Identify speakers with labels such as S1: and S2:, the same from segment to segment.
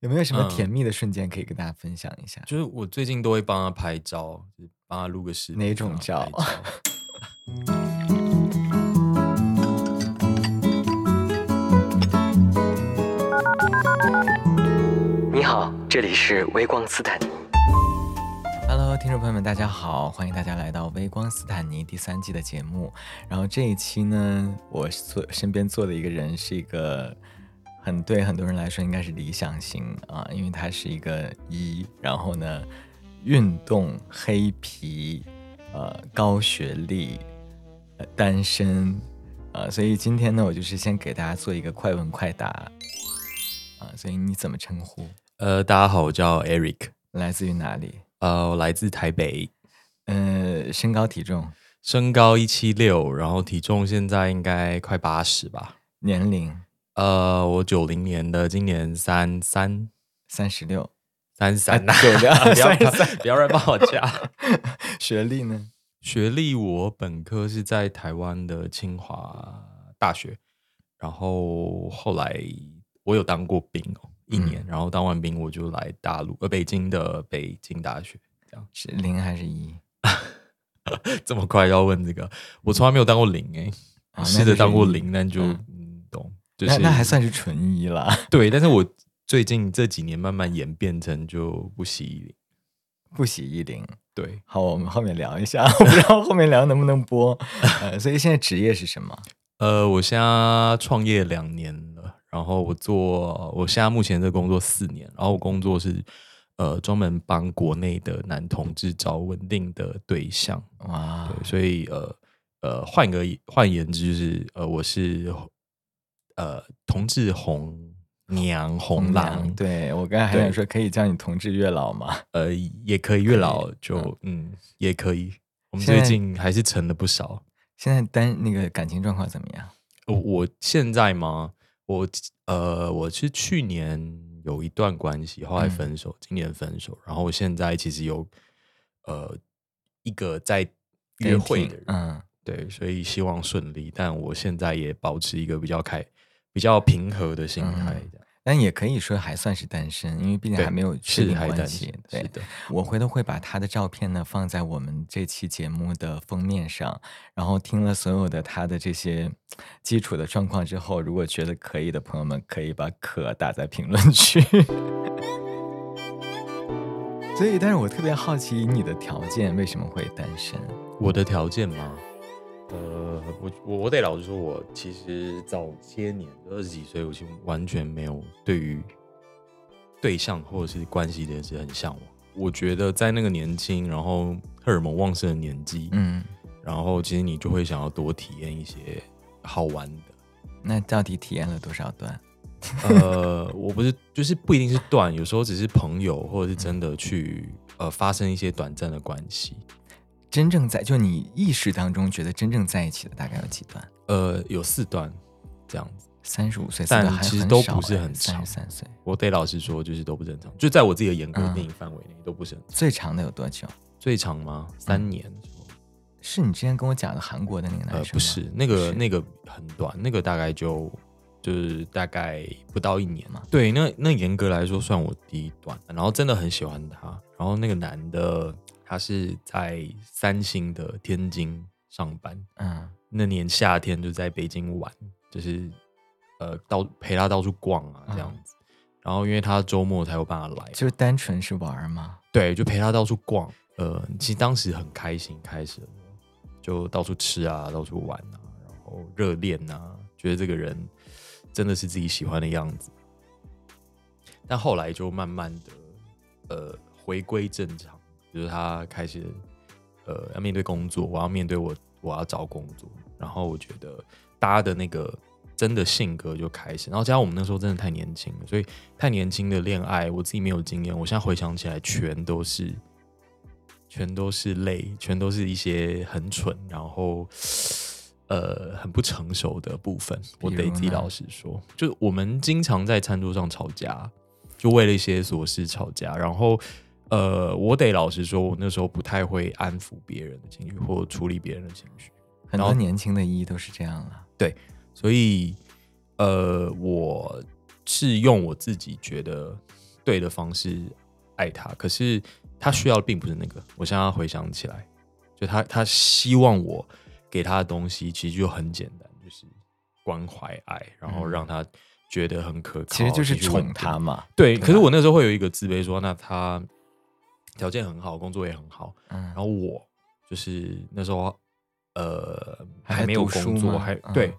S1: 有没有什么
S2: 嗯
S1: 甜蜜的瞬间可以跟大家分享一下？
S2: 就是我最近都会帮他拍照，就是帮他录个视频。
S1: 哪种
S2: 帮他拍
S1: 照
S2: 照？
S3: 你好，这里是微光斯坦尼。
S1: Hello，听众朋友们，大家好，欢迎大家来到《微光斯坦尼》第三季的节目。然后这一期呢，我坐身边坐的一个人是一个很对很多人来说应该是理想型啊，因为他是一个一，然后呢，运动黑皮，呃，高学历，呃，单身，呃，所以今天呢，我就是先给大家做一个快问快答啊，所以你怎么称呼？
S2: 呃，大家好，我叫 Eric，
S1: 来自于哪里？
S2: 呃，我来自台北，
S1: 呃，身高体重。
S2: 身高一七六，然后体重现在应该快八十吧。
S1: 年龄
S2: 呃，我九零年的，今年三三
S1: 三十六，哎
S2: 三三呐，
S1: 九六
S2: 不要
S1: 33
S2: 不要乱帮我加。
S1: 学历呢？
S2: 学历我本科是在台湾的清华大学，然后后来我有当过兵哦，一
S1: 嗯
S2: 年，然后当完兵我就来大陆呃北京的北京大学， 这样
S1: 是零还是一？
S2: 这么快要问这个，我从来没有当过零哎、
S1: 啊那
S2: 试着
S1: 就是
S2: 当过
S1: 一
S2: 零，但就
S1: 嗯
S2: 嗯懂，就是
S1: 那那还算是纯一了，
S2: 对，但是我最近这几年慢慢演变成就不惜零，
S1: 不喜一零。
S2: 对，
S1: 好，我们后面聊一 下，我不知道后面聊能不能播。呃，所以现在职业是什么？
S2: 呃，我现在创业两年了，然后我做，我现在目前这工作四年，然后我工作是呃专门帮国内的男同志找稳定的对象，
S1: 哇，
S2: 对，所以呃呃换个换言之就是呃我是呃同志红娘
S1: 娘
S2: 红郎，，
S1: 对我刚才还
S2: 对
S1: 想说，可以叫你同志月老吗？
S2: 呃也可以月老就嗯也可以，我们
S1: 现
S2: 最
S1: 在
S2: 近还是成了不少，
S1: 现在单那个感情状况怎么样？
S2: 呃我现在吗？我呃，我是去年有一段关系，后来
S1: 嗯
S2: 分手，今年分手，然后我现在其实有呃一个在约会的
S1: Dating，
S2: 人，
S1: 嗯，
S2: 对，所以希望顺利，但我现在也保持一个比较开、比较平和的心态
S1: 嗯，
S2: 这样
S1: 但也可以说还算是单身，因为毕竟
S2: 对
S1: 还没有确
S2: 是
S1: 定
S2: 还
S1: 关
S2: 单
S1: 系
S2: 身。
S1: 对
S2: 是，的，
S1: 我回头会把他的照片呢放在我们这期节目的封面上，然后听了所有的他的这些基础的状况之后，如果觉得可以的朋友们，可以把“可”打在评论区。 所以，但是我特别好奇你的条件为什么会单身？
S2: 我的条件吗？呃，我我我得老实说，我其实早些年二十几岁，我其实完全没有对于对象或者是关系这件事很向往。我觉得在那个年轻，然后荷尔蒙旺盛的年纪，
S1: 嗯，
S2: 然后其实你就会想要多体验一些好玩的。
S1: 那到底体验了多少段？
S2: 呃，我不是就是不一定是断，有时候只是朋友或者是真的去呃发生一些短暂的关系。
S1: 真正在就你意识当中觉得真正在一起的大概有几段？
S2: 呃，有四段这样子。
S1: 三十五岁，
S2: 但
S1: 四个还
S2: 其实
S1: 很
S2: 都
S1: 少
S2: 不是
S1: 哎
S2: 很长
S1: 33岁
S2: 我得老实说，就是都不正常，就在我自己的严格定义范围内都不是很长。
S1: 最长的有多久？
S2: 嗯最长吗？三年？
S1: 是你之前跟我讲的韩国的那个男生
S2: 呃
S1: 吗，
S2: 不是，那个
S1: 是
S2: 那个很短，那个大概就就是大概不到一年
S1: 嘛
S2: 嘛。对，那那严格来说算我第一段，然后真的很喜欢他。然后那个男的他是在三星的天津上班，
S1: 嗯，
S2: 那年夏天就在北京玩，就是呃到陪他到处逛啊这样子。然后因为他周末才有办法来，
S1: 就是单纯是玩儿吗？
S2: 对，就陪他到处逛。呃，其实当时很开心，开始就到处吃啊，到处玩啊，然后热恋啊，觉得这个人真的是自己喜欢的样子。但后来就慢慢的，呃，回归正常，就是他开始，呃，要面对工作，我要面对我，我要找工作。然后我觉得大家的那个真的性格就开始，然后加上我们那时候真的太年轻了，所以太年轻的恋爱，我自己没有经验。我现在回想起来，全都是，全都是累，全都是一些很蠢，然后呃很不成熟的部分。我
S1: 比如
S2: 得自己
S1: 呢
S2: 老实说，就是我们经常在餐桌上吵架，就为了一些琐事吵架，然后。呃，我得老实说，我那时候不太会安抚别人的情绪或处理别人的情绪，
S1: 很
S2: 然
S1: 多
S2: 后
S1: 年轻的一都是这样了。
S2: 所以呃，我是用我自己觉得对的方式爱他，可是他需要的并不是那个。我现在回想起来，就他他希望我给他的东西，其实就很简单，就是关怀爱，然后
S1: 嗯
S2: 让他觉得很可靠，
S1: 其实就是
S2: 情绪
S1: 宠
S2: 稳定
S1: 他嘛。
S2: 对，
S1: 吧
S2: 可是我那时候会有一个自卑说那他条件很好，工作也很好，
S1: 嗯
S2: 然，后我就是那时候呃
S1: 还
S2: 还没有
S1: 读书
S2: 工作，
S1: 吗
S2: 还
S1: 嗯
S2: 对，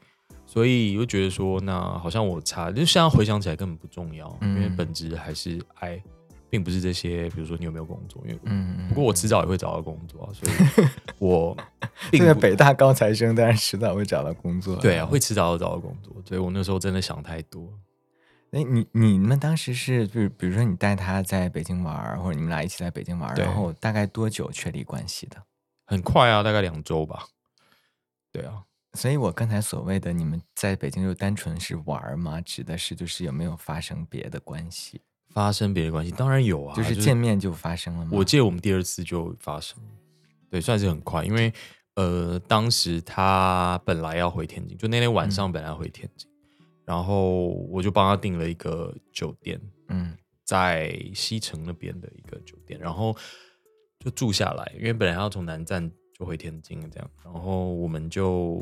S2: 所以就觉得说那好像我差，就现在回想起来根本不重要，因为
S1: 嗯
S2: 本质还是爱，并不是这些，比如说你有没有工作，因为。
S1: 嗯嗯
S2: 不过我迟早也会找到工作啊、所 以我并
S1: 这个
S2: 不
S1: 北大高材生，当然迟早会找到工作。
S2: 对啊，会迟早要找到工作，所以我那时候真的想太多。
S1: 那哎你你们当时是，就是比如说你带他在北京玩儿，或者你们俩一起在北京玩儿，
S2: 对
S1: 然后大概多久确立关系的？
S2: 很快啊，大概两周吧。对啊，
S1: 所以我刚才所谓的你们在北京就单纯是玩儿吗？指的是就是有没有发生别的关系，
S2: 发生别的关系当然有啊，
S1: 就是见面就发生了吗？
S2: 我记得我们第二次就发生，对，算是很快，因为呃，当时他本来要回天津，就那天
S1: 嗯
S2: 晚上本来要回天津，然后我就帮他订了一个酒店，
S1: 嗯
S2: 在西城那边的一个酒店，然后就住下来，因为本来要从南站就回天津这样，然后我们就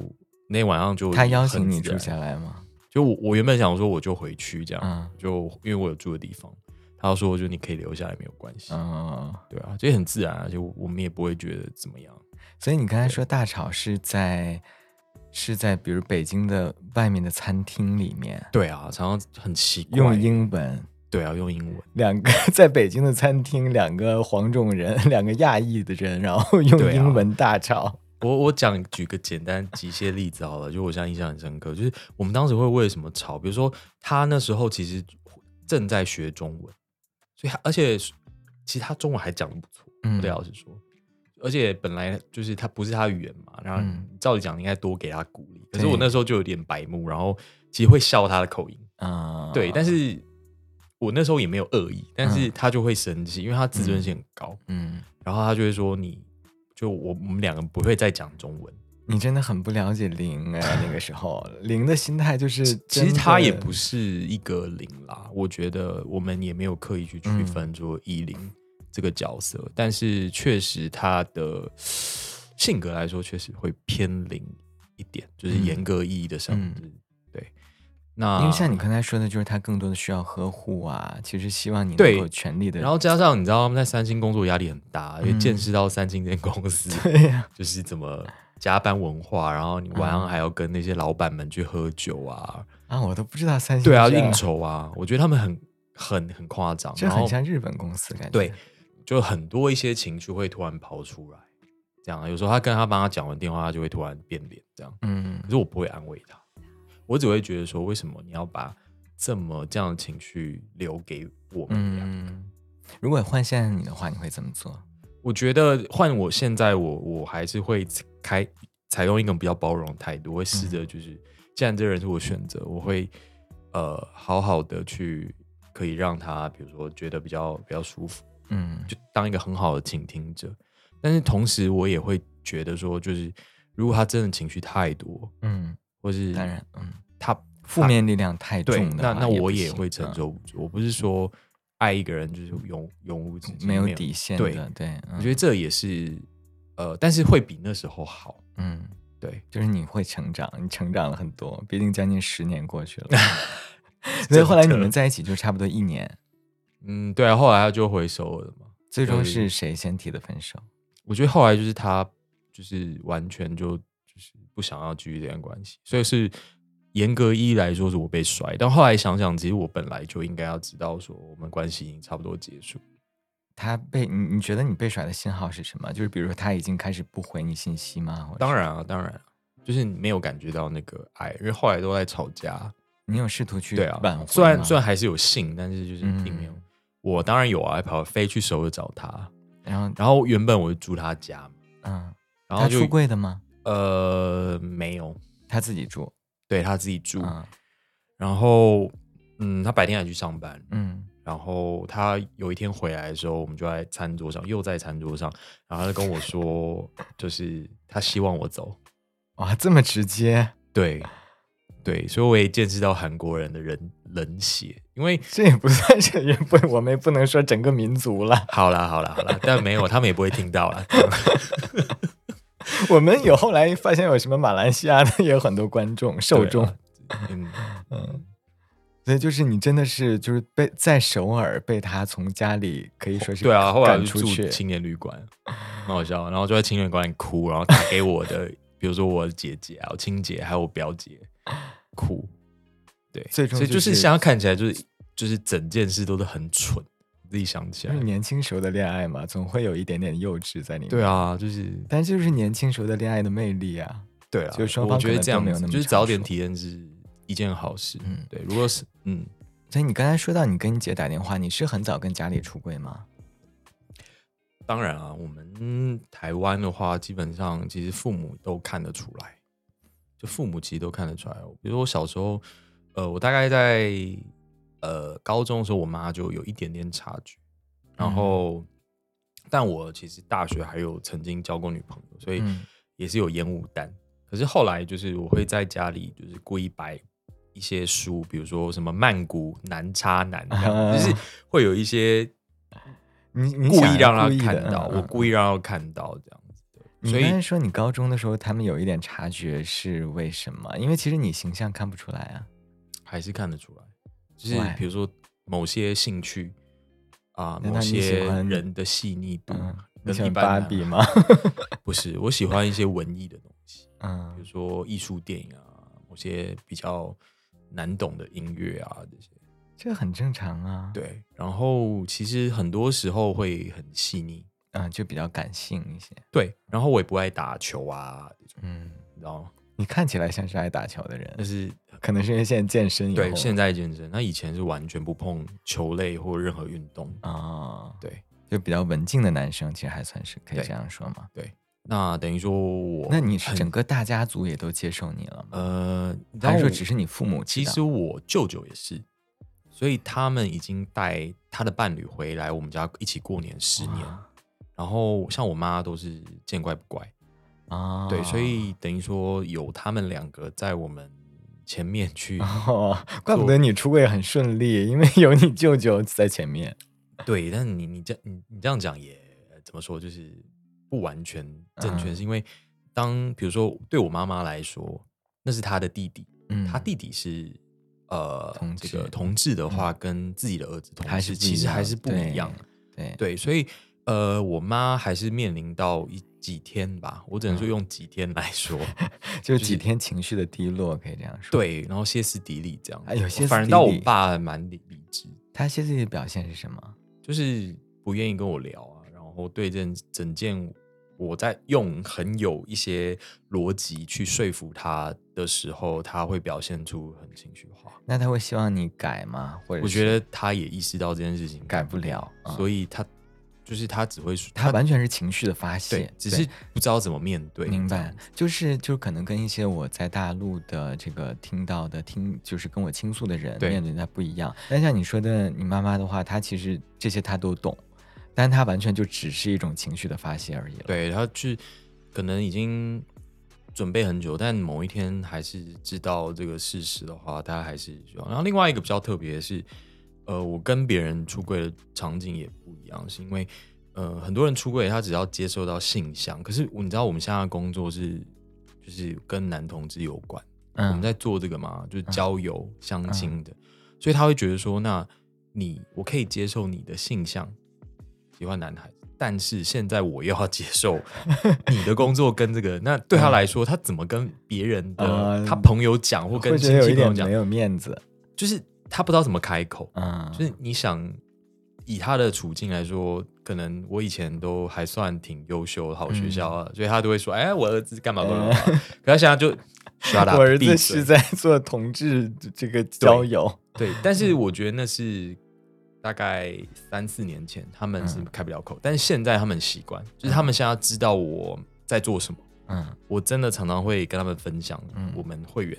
S2: 那天晚上就
S1: 他邀请
S2: 很
S1: 你
S2: 自
S1: 住
S2: 然
S1: 下来吗？
S2: 就我我原本想说我就回去这样，
S1: 嗯
S2: 就因为我有住的地方，他说就你可以留下来没有关系，
S1: 嗯，
S2: 对啊，这也很自然啊，就我们也不会觉得怎么样。
S1: 所以你刚才说大吵是在是在比如北京的外面的餐厅里面
S2: 对啊，常常很奇怪，
S1: 用英文。
S2: 对啊，用英文，
S1: 两个 在北京的餐厅，两个黄种人，两个亚裔的人，然后用
S2: 对啊
S1: 英文大吵。
S2: 我我讲举个简单机械例子好了，就我现在印象很深刻，就是我们当时会为什么吵，比如说他那时候其实正在学中文，所以他而且其实他中文还讲的不错，
S1: 嗯
S2: 我得老实说，而且本来就是他不是他语言嘛，然后
S1: 嗯
S2: 照理讲应该多给他鼓励，可是
S1: 对
S2: 我那时候就有点白目，然后其实会笑他的口音，
S1: 啊、
S2: 对，但是我那时候也没有恶意，但是他就会生气，因为他自尊心很高，
S1: 嗯，
S2: 然后他就会说你。就我我们两个不会再讲中文，
S1: 你真的很不了解零哎，那个时候零的心态就是，
S2: 其实他也不是一个零啦，我觉得我们也没有刻意去
S1: 嗯
S2: 区分说一零这个角色，但是确实他的性格来说，确实会偏零一点，就是
S1: 嗯
S2: 严格意义的上，
S1: 嗯
S2: 就是对。那
S1: 因为像你刚才说的，就是他更多的需要呵护啊，其实希望你能
S2: 对
S1: 够全力的，
S2: 然后加上你知道他们在三星工作压力很大，也
S1: 嗯
S2: 见识到三星这间 公司
S1: 对呀、
S2: 就是怎么加班文化，然后你晚上
S1: 嗯
S2: 还要跟那些老板们去喝酒啊，
S1: 啊，我都不知道三星
S2: 对啊，
S1: 这样
S2: 应酬啊，我觉得他们很很很夸张，
S1: 这
S2: 然
S1: 很
S2: 后
S1: 像日本公司感觉，
S2: 对，就很多一些情绪会突然跑出来，这样啊有时候他跟他妈讲完电话，他就会突然变脸这样，
S1: 嗯
S2: 可是我不会安慰他，我只会觉得说，为什么你要把这么这样的情绪留给我们俩？
S1: 嗯，如果换现在你的话，你会怎么做？
S2: 我觉得换我现在我，我还是会开采用一种比较包容的态度，我会试
S1: 嗯
S2: 着就是，既然这个人是我选择，我会呃好好的去可以让他，比如说觉得比较比较舒服，
S1: 嗯
S2: 就当一个很好的倾听者。但是同时，我也会觉得说，就是如果他真的情绪太多，
S1: 嗯，
S2: 或是
S1: 当然，嗯，
S2: 他
S1: 负面力量太
S2: 啊对，
S1: 重的
S2: 那
S1: 话
S2: 那我
S1: 不
S2: 也
S1: 行
S2: 会承
S1: 嗯
S2: 受不住。我不是说爱一个人就是永永无止境，
S1: 没有底线的，
S2: 对
S1: 对，嗯
S2: 我觉
S1: 得，
S2: 得这也是呃，但是会比那时候好。
S1: 嗯，
S2: 对，
S1: 就是你会成长，你成长了很多，毕竟将近十年过去了，所以后来你们在一起就差不多一年，
S2: 嗯，对啊，后来他就回首尔了嘛。
S1: 最终
S2: 对
S1: 是谁先提的分手？
S2: 我觉得后来就是他就是完全就就是不想要继续这段关系，所以是严格意义来说是我被甩。但后来想想，其实我本来就应该要知道说我们关系已经差不多结束。
S1: 他被你，你觉得你被甩的信号是什么？就是比如说他已经开始不回你信息吗？或者
S2: 当
S1: 是，
S2: 然啊，当然啊、就是没有感觉到那个爱，因为后来都在吵架。
S1: 你有试图去
S2: 对啊
S1: 挽回吗？，
S2: 虽然虽然还是有信，但是就是并没有。
S1: 嗯
S2: 我当然有啊，还跑飞去首尔找他。
S1: 然后
S2: 然后原本我就住他家嘛，
S1: 嗯，
S2: 然后
S1: 他
S2: 就
S1: 出柜的吗？
S2: 呃没有，
S1: 他自己住，
S2: 对他自己住。
S1: 嗯
S2: 然后嗯，他白天还去上班，
S1: 嗯
S2: 然后他有一天回来的时候，我们就在餐桌上，又在餐桌上，然后他就跟我说，就是他希望我走，
S1: 哇，这么直接，
S2: 对，对，所以我也见识到韩国人的人冷血，因为
S1: 这也不算是也不，我们也不能说整个民族了。
S2: 好啦好啦好啦，但没有，他们也不会 听到啦。啊
S1: 我们有后来发现有什么马来西亚的也有很多观众受
S2: 啊
S1: 众，
S2: 嗯，
S1: 嗯，所以就是你真的是就是被在首尔被他从家里可以说是
S2: 对啊，后来我
S1: 赶
S2: 就
S1: 出
S2: 住
S1: 去，
S2: 青年旅 馆，很好笑。然后就在青年旅馆里哭，然后打给我的，比如说我的姐姐啊、我亲姐还有我 表姐，哭。对，
S1: 最终
S2: 所以
S1: 就
S2: 就是是现在看起来就是就是整件事都是很蠢，自己想起
S1: 就
S2: 来
S1: 是。年轻时候的恋爱嘛，总会有一点点幼稚在里面。
S2: 对，啊，就是
S1: 但这就是年轻时候的恋爱的魅力啊。
S2: 对啊，
S1: 就双
S2: 我
S1: 方
S2: 觉
S1: 可
S2: 得
S1: 能
S2: 这
S1: 都
S2: 样
S1: 没有
S2: 子
S1: 那么
S2: 就是
S1: 成
S2: 早点
S1: 熟
S2: 体验是一件好事。
S1: 嗯
S2: 对，如果是嗯，
S1: 所以你刚才说到你跟你姐打电话，你是很早跟家里出柜吗？
S2: 当然啊，我们台湾的话，基本上其实父母都看得出来，就父母其实都看得出来哦。比如说我小时候，呃，我大概在呃高中的时候，我妈就有一点点察觉，然后，但我其实大学还有曾经交过女朋友，所以
S1: 嗯
S2: 也是有烟雾弹。可是后来就是我会在家里就是故意摆一些书，比如说什么曼谷男渣男这样，就是会有一些
S1: 你你
S2: 故
S1: 想
S2: 意让
S1: 要
S2: 他
S1: 故意的
S2: 看到，
S1: 嗯
S2: 我
S1: 嗯
S2: 故意让他看到这样子的，
S1: 你
S2: 所
S1: 刚才
S2: 以
S1: 说你高中的时候，他们有一点察觉是为什么？因为其实你形象看不出来啊。
S2: 还是看得出来，就是
S1: Why？
S2: 比如说某些兴趣啊、
S1: 难道
S2: 某
S1: 你喜
S2: 些
S1: 欢
S2: 人的细腻度
S1: 嗯，你
S2: 跟
S1: 喜
S2: 一
S1: 欢
S2: 般
S1: 芭
S2: 男
S1: 比
S2: 孩
S1: 吗？
S2: 不是，我喜欢一些文艺的东西，比如
S1: 嗯，
S2: 说艺术电影啊，某些比较难懂的音乐啊这些。
S1: 这很正常啊。，
S2: 对，然后其实很多时候会很细腻，
S1: 嗯，就比较感性一些。
S2: 对，然后我也不爱打球啊，
S1: 嗯，
S2: 你知道吗？
S1: 你看起来像是爱打球的
S2: 但
S1: 人，
S2: 是
S1: 可能是因为现在健身以后。
S2: 对，现在健身，那以前是完全不碰球类或任何运动。
S1: 啊、哦，
S2: 对，
S1: 就比较文静的男生，其实还算是可以
S2: 对
S1: 这样说嘛。
S2: 那等于说我，
S1: 那你是整个大家族也都接受你了吗？
S2: 呃，你知道
S1: 还是说
S2: 我
S1: 只是你父母知
S2: 其
S1: 道
S2: 实我舅舅也是，所以他们已经带他的伴侣回来我们家一起过年十年。
S1: 哇
S2: 然后像我妈都是见怪不怪，
S1: 啊、
S2: 对，所以等于说有他们两个在我们前面 去
S1: 哦，怪不得你出柜很顺利，因为有你舅舅在前面。
S2: 对，但你你这你你这样讲也呃怎么说，就是不完全正确，
S1: 嗯
S2: 是因为当比如说对我妈妈来说，那是她的弟弟，
S1: 嗯，
S2: 她弟弟是呃
S1: 同
S2: 这个
S1: 志嗯
S2: 同志的话，跟自己的儿子同
S1: 还
S2: 志
S1: 是不
S2: 其
S1: 一
S2: 实还
S1: 样
S2: 是不一样，
S1: 对
S2: 对，所以呃，我妈还是面临到一几天吧，我只能说
S1: 嗯
S2: 用几天来说，
S1: 就是几天情绪的低落，可以这样说。，
S2: 对，然后歇斯底里这样子，
S1: 哎有歇
S2: 反
S1: 斯
S2: 而
S1: 底
S2: 到我
S1: 里
S2: 爸蛮理理智，
S1: 他歇斯底里的表现是什么？
S2: 就是不愿意跟我聊啊，然后对这整件我在用很有一些逻辑去说服他的时候，他会表现出很情绪化。
S1: 那他会希望你改吗？或者
S2: 我觉
S1: 是
S2: 得他也意识到这件事情
S1: 改不了，嗯
S2: 所以他就是他只会说
S1: 他完全是情绪的发
S2: 对
S1: 泄，，
S2: 只是不知道怎么面对。
S1: 明白，就是就是可能跟一些我在大陆的这个听到的听，就是跟我倾诉的人
S2: 对
S1: 面对的不一样。但像你说的，你妈妈的话，她其实这些她都懂，但她完全就只是一种情绪的发泄而已了。
S2: 对，他去可能已经准备很久，但某一天还是知道这个事实的话，他还是需要。然后另外一个比较特别的是，呃，我跟别人出柜的场景也不一样，是因为呃，很多人出柜他只要接受到性向，可是我你知道我们现在的工作是就是跟男同志有关，我们
S1: 嗯，
S2: 在做这个嘛，就是交友、相亲的，所以他会觉得说，那你我可以接受你的性向，喜欢男孩子，但是现在我又要接 受你的工作跟这个，那对他来说，他怎么跟别人的、
S1: 嗯
S2: 他朋友讲，或跟
S1: 会觉
S2: 亲
S1: 得有
S2: 戚
S1: 一
S2: 朋友
S1: 点
S2: 讲
S1: 没，有面子。
S2: 就是他不知道怎么开口。
S1: 嗯，
S2: 就是你想以他的处境来说，可能我以前都还算挺优秀，好学校
S1: 嗯
S2: 啊，所以他都会说，哎，我儿子干嘛干嘛干嘛。可他现 在就 shut up，
S1: 我儿
S2: 闭
S1: 子
S2: 嘴
S1: 是在做同志这个交友。
S2: 对，但是我觉得那是大概三四年前，他们是
S1: 嗯
S2: 开不了口，但是现在他们习惯，就是他们现在知道我在做什么。
S1: 嗯，
S2: 我真的常常会跟他们分享
S1: 嗯
S2: 我们会员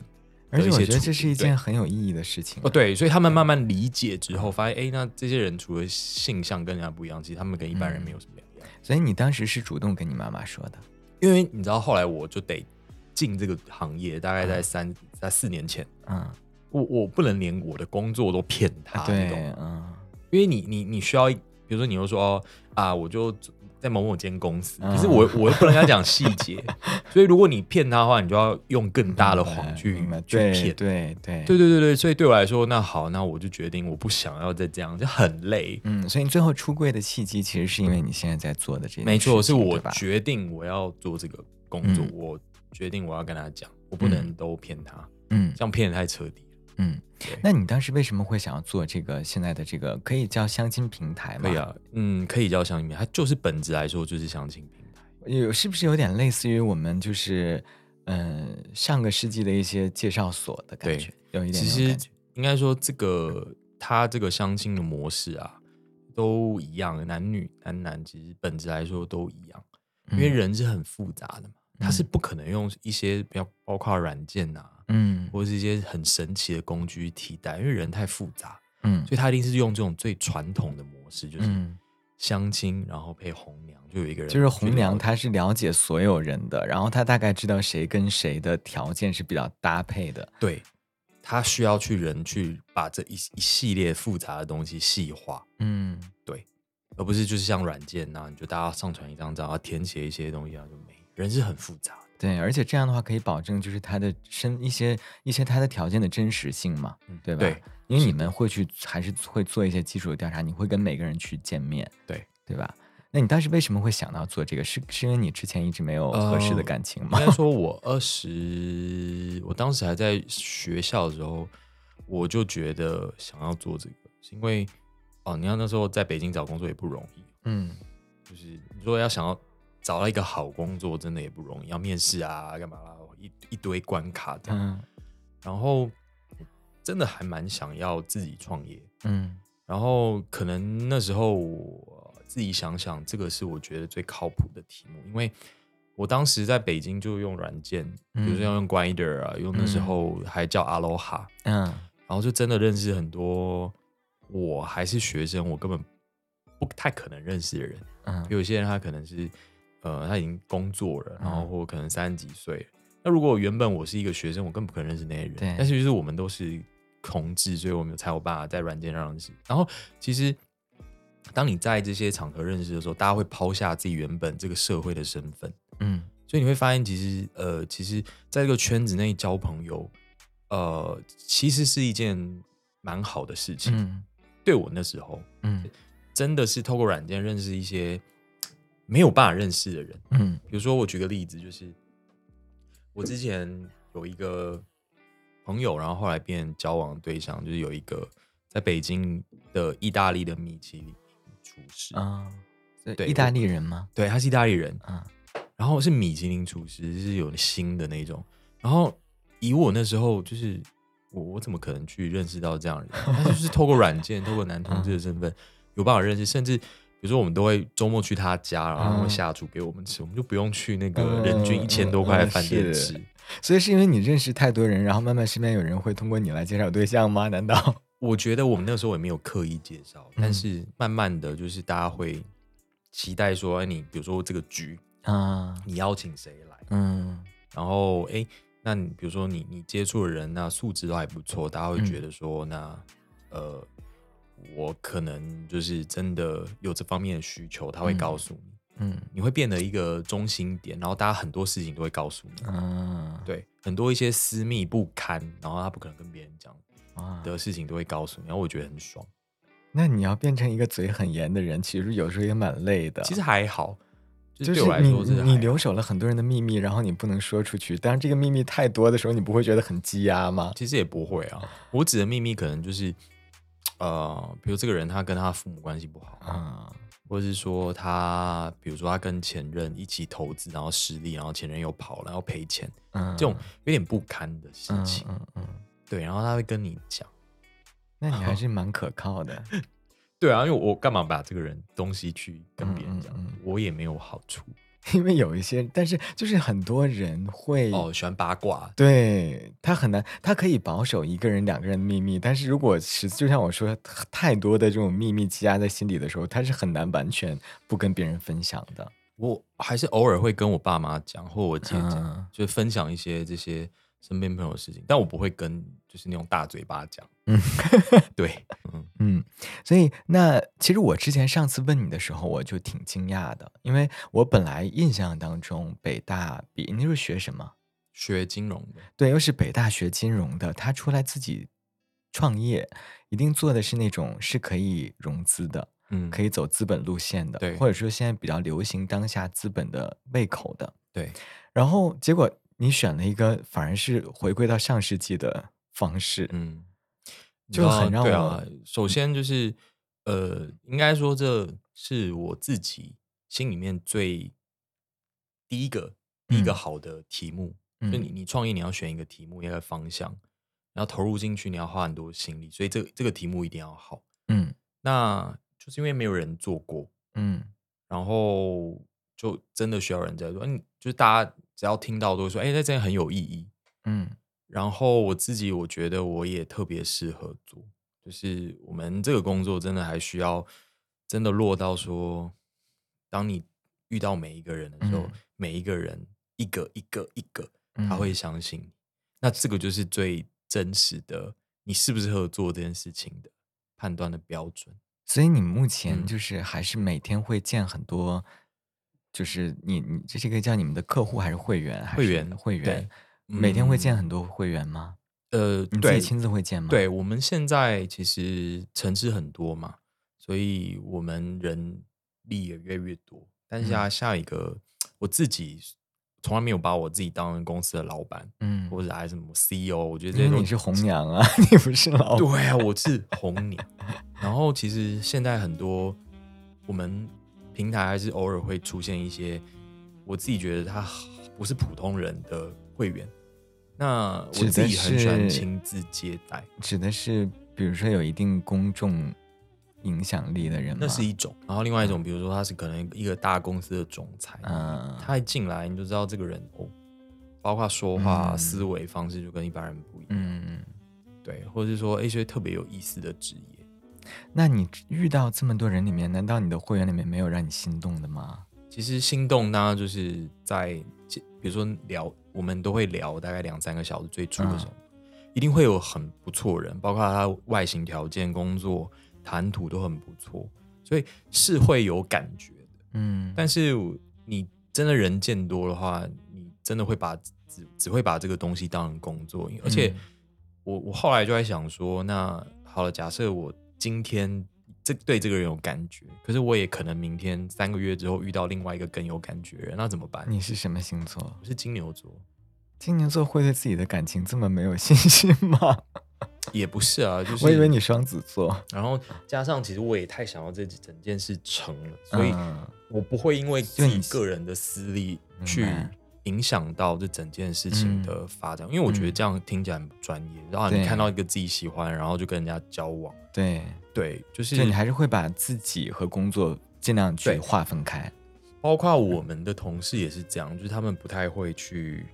S1: 而
S2: 的
S1: 且
S2: 一
S1: 我
S2: 些
S1: 觉得
S2: 处
S1: 这是一
S2: 境对
S1: 件很有意义的事情。啊
S2: 哦，，对，所以他们慢慢理解之后，发现哎，那这些人除了性向跟人家不一样，其实他们跟一般人没有什么两样。
S1: 所以你当时是主动跟你妈妈说的。
S2: 因为你知道，后来我就得进这个行业，大概在三在四年前，
S1: 嗯，
S2: 我我不能连我的工作都骗他，啊你懂
S1: 对
S2: 吗，
S1: 嗯，
S2: 因为你你你需要，比如说你又说啊，我就在某某间公司，
S1: 嗯
S2: 可是我我又不能跟他讲细 节，所以如果你骗他的话，你就要用更大的谎去
S1: 明白嗯
S2: 去
S1: 对对
S2: 骗。
S1: 对
S2: 对对对对，所以对我来说，那好，那我就决定我不想要再这样，就很累。
S1: 嗯，所以你最后出柜的契机其实是因为你现在在做的这件事情，
S2: 没错，是我
S1: 对吧？
S2: 决定我要做这个工作，
S1: 嗯
S2: 我决定我要跟他讲，我不能都骗他，
S1: 嗯
S2: 这样骗的太彻底了。
S1: 嗯
S2: 对，
S1: 那你当时为什么会想要做这个现在的这个可以叫相亲平台吗？
S2: 可以，啊，嗯，可以叫相亲平台，它就是本质来说就是相亲平台。
S1: 有是不是有点类似于我们就是嗯、呃上个世纪的一些介绍所的感
S2: 对
S1: 觉，有一点
S2: 其
S1: 那种
S2: 实
S1: 感觉
S2: 应该说，这个它这个相亲的模式啊，都一样，男女男男其实本质来说都一样，因为
S1: 嗯
S2: 人是很复杂的嘛，他是不可能用一些比较包括软件啊，
S1: 嗯
S2: 或是一些很神奇的工具替代，因为人太复杂，
S1: 嗯
S2: 所以他一定是用这种最传统的模式，就是
S1: 嗯，
S2: 相亲，然后配红娘，就有一个人
S1: 就是
S2: 去
S1: 红
S2: 聊
S1: 娘她是了解所有人的，然后她大概知道谁跟谁的条件是比较搭配的，
S2: 对，他需要去人去把这一一系列复杂的东西细化，
S1: 嗯
S2: 而不是就是像软件啊呐、你就大家上传一张照，然后填写一些东西啊，就没。人是很复杂的，
S1: 对，而且这样的话可以保证就是他的身一些一些他的条件的真实性嘛，对吧？
S2: 嗯对，
S1: 因为你们会去还是会做一些基础的调查，你会跟每个人去见面，
S2: 对
S1: 对吧？那你当时为什么会想到做这个？是是因为你之前一直没有合
S2: 呃
S1: 适的感情
S2: 应
S1: 吗？
S2: 该说，我二十，我当时还在学校的时候，我就觉得想要做这个，是因为哦，你看那时候在北京找工作也不容易，
S1: 嗯
S2: 就是你说要想要找到一个好工作，真的也不容易，要面试啊，干嘛啦，一一堆关卡这 样。
S1: 嗯
S2: 然后真的还蛮想要自己创业。
S1: 嗯
S2: 然后可能那时候我自己想想，这个是我觉得最靠谱的题目，因为我当时在北京就用软件，比
S1: 嗯
S2: 如说要用 Grinder 啊，用那时候还叫 Aloha，、
S1: 嗯
S2: 然后就真的认识很多我还是学生，我根本不太可能认识的人。
S1: 嗯
S2: 有些人他可能是呃他已经工作了，
S1: 嗯
S2: 然后或可能三十几岁了。那如果原本我是一个学生，我更不可能认识那些人。
S1: 对
S2: 但是就是我们都是同志，所以我们有才有办法在软件上认识。然后其实当你在这些场合认识的时候，大家会抛下自己原本这个社会的身份，
S1: 嗯
S2: 所以你会发现，其实呃，其实在这个圈子内交朋友，呃，其实是一件蛮好的事情。
S1: 嗯
S2: 对我那时候，
S1: 嗯
S2: 真的是透过软件认识一些没有办法认识的人。
S1: 嗯
S2: 比如说，我举个例子，就是我之前有一个朋友，然后后来变交往的对象，就是有一个在北京的意大利的米其林厨师，
S1: 啊，所以
S2: 对
S1: 意大利人吗？
S2: 对，他是意大利人，
S1: 嗯
S2: 然后是米其林厨师，是有新的那种。然后以我那时候，就是我我怎么可能去认识到这样的人？他就是透过 软件，透过男同
S1: 嗯
S2: 志的身份，有办法认识。甚至比如说，我们都会周末去他家，然后他会
S1: 嗯
S2: 下厨给我们吃，我们就不用去那个
S1: 嗯
S2: 人均一千多块的
S1: 嗯
S2: 饭店
S1: 是
S2: 吃。
S1: 所以是因为你认识太多人，然后慢慢身边有人会通过你来介绍对象吗？难道？
S2: 我觉得我们那时候也没有刻意介绍，
S1: 嗯
S2: 但是慢慢的就是大家会期待说，哎，你比如说这个局，
S1: 啊
S2: 你邀请谁来？
S1: 嗯
S2: 然后哎，诶那你比如说你你接触的人，那素质都还不错，大家会
S1: 嗯
S2: 觉得说，那呃，我可能就是真的有这方面的需求，他会
S1: 嗯
S2: 告诉你，
S1: 嗯
S2: 你会变得一个中心点，然后大家很多事情都会告诉你，
S1: 啊，
S2: 对，很多一些私密不堪，然后他不可能跟别人讲
S1: 哇
S2: 的事情都会告诉你，然后我觉得很爽。
S1: 那你要变成一个嘴很严的人，其实有时候也蛮累的。
S2: 其实还好，就是
S1: 就
S2: 对我来
S1: 你
S2: 说是还
S1: 你
S2: 好
S1: 留守了很多人的秘密，然后你不能说出去。当这个秘密太多的时候，你不会觉得很积压 吗？
S2: 其实也不会啊。我指的秘密可能就是，呃，比如这个人他跟他父母关系不好，
S1: 啊，
S2: 或者是说他，比如说他跟前任一起投资，然后失利，然后前任又跑了，然后赔钱，
S1: 嗯，
S2: 这种有点不堪的事
S1: 嗯
S2: 情。
S1: 嗯嗯，
S2: 对，然后他会跟你讲，
S1: 那你还是蛮可靠 的。
S2: 对啊，因为我干嘛把这个人东西去跟别人讲，
S1: 嗯嗯嗯
S2: 我也没有好处。
S1: 因为有一些，但是就是很多人会，
S2: 哦，喜欢八卦，
S1: 对他很难，他可以保守一个人、两个人的秘密，但是如果是就像我说，太多的这种秘密积压在心里的时候，他是很难完全不跟别人分享的。
S2: 我还是偶尔会跟我爸妈讲，或我姐讲，
S1: 嗯
S2: 就分享一些这些身边朋友的事情，但我不会跟就是那种大嘴巴讲。
S1: 嗯，
S2: 对，嗯，
S1: 嗯，所以那其实我之前上次问你的时候，我就挺惊讶的，因为我本来印象当中北大毕，你是学什么？
S2: 学金融的，
S1: 对，又是北大学金融的，他出来自己创业，一定做的是那种是可以融资的，
S2: 嗯，
S1: 可
S2: 以，
S1: 以走资本路线的，
S2: 对
S1: 或者说现在比较流行当下资本的胃口的。
S2: 对，
S1: 然后结果你选了一个反而是回归到上世纪的方式，
S2: 嗯，
S1: 就很
S2: 你
S1: 让
S2: 知道
S1: 我嗯
S2: 对啊。首先就是，呃，应该说这是我自己心里面最第一个第一个
S1: 嗯
S2: 好的题目，
S1: 嗯
S2: 就你你创业你要选一个题目，一个方向，然后投入进去，你要花很多心力，所以这这个题目一定要好。
S1: 嗯
S2: 那就是因为没有人做过，
S1: 嗯
S2: 然后就真的需要人在做，嗯，就是大家只要听到都会说，哎、那真的很有意义。
S1: 嗯
S2: 然后我自己我觉得我也特别适合做，就是我们这个工作真的还需要真的落到说，当你遇到每一个人的时候，
S1: 嗯
S2: 每一个人一个一个一个，
S1: 嗯，
S2: 他会相信你。那这个就是最真实的，你适不适合做这件事情的判断的标准。
S1: 所以你目前
S2: 嗯
S1: 就是还是每天会见很多，就是你你这是可以叫你们的客户还是会员？还
S2: 会
S1: 是
S2: 员
S1: 会员
S2: 对，
S1: 每天会见
S2: 嗯
S1: 很多会员吗？
S2: 呃，
S1: 你自
S2: 对
S1: 己亲自会见吗？，
S2: 对，我们现在其实城市很多嘛，所以我们人力也越来越多。但是啊，
S1: 嗯
S2: 下一个我自己从来没有把我自己当成公司的老板，
S1: 嗯，
S2: 或者还什么 CEO，我觉得这
S1: 因
S2: 些
S1: 为
S2: 东
S1: 你
S2: 西
S1: 是红娘啊， 你不是老板
S2: 对啊，我是红娘。然后其实现在很多我们平台还是偶尔会出现一些，我自己觉得他不是普通人的会员。那我
S1: 指的
S2: 自己很喜欢
S1: 是
S2: 亲自接待，
S1: 指的是比如说有一定公众影响力的人吗？
S2: 那是一种。然后另外一种，比如说他是可能一个大公司的总裁，
S1: 嗯
S2: 他一进来你就知道这个人哦，包括说话、
S1: 嗯
S2: 思维方式就跟一般人不一样，
S1: 嗯，
S2: 对，或者是说一些特别有意思的职业。
S1: 那你遇到这么多人里面，难道你的会员里面没有让你心动的吗？
S2: 其实心动呢，就是在比如说聊，我们都会聊大概两三个小时，最初的
S1: 嗯
S2: 时候，一定会有很不错的人，包括他外形条件、工作、谈吐都很不错，所以是会有感觉的。
S1: 嗯，
S2: 但是你真的人见多的话，你真的会把只只会把这个东西当成工作，
S1: 嗯
S2: 而且我我后来就在想说，那好了，假设我今天这对这个人有感觉，可是我也可能明天三个月之后遇到另外一个更有感觉的人，那怎么办？
S1: 你是什么星座？
S2: 我是金牛座，
S1: 金牛座会对自己的感情这么没有信心吗？
S2: 也不是啊，就是
S1: 我以为你，双子座，
S2: 然后加上其实我也太想要这整件事成了，所以
S1: 嗯
S2: 我不会因为
S1: 就
S2: 自
S1: 你
S2: 己个人的私利
S1: 白
S2: 去影响到这整件事情的发展，因为我觉得
S1: 嗯
S2: 这样听起来很不专业。然后你
S1: 对
S2: 看到一个自己喜欢，然后就跟人家交往，
S1: 对，
S2: 对，就是
S1: 就你还是会把自己和工作尽量去
S2: 对
S1: 划分开。
S2: 包括
S1: 嗯
S2: 我们的同事也是这样，就是他们不太会去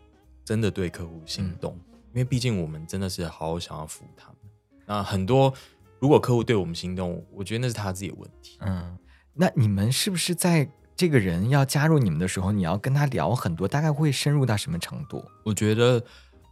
S2: 真的对客户心
S1: 嗯
S2: 动，因为毕竟我们真的是好好想要服务他们。那很多如果客户对我们心动，我觉得那是他自己的问题。
S1: 嗯，那你们是不是在这个人要加入你们的时候，你要跟他聊很多，大概会深入到什么程度？
S2: 我觉得，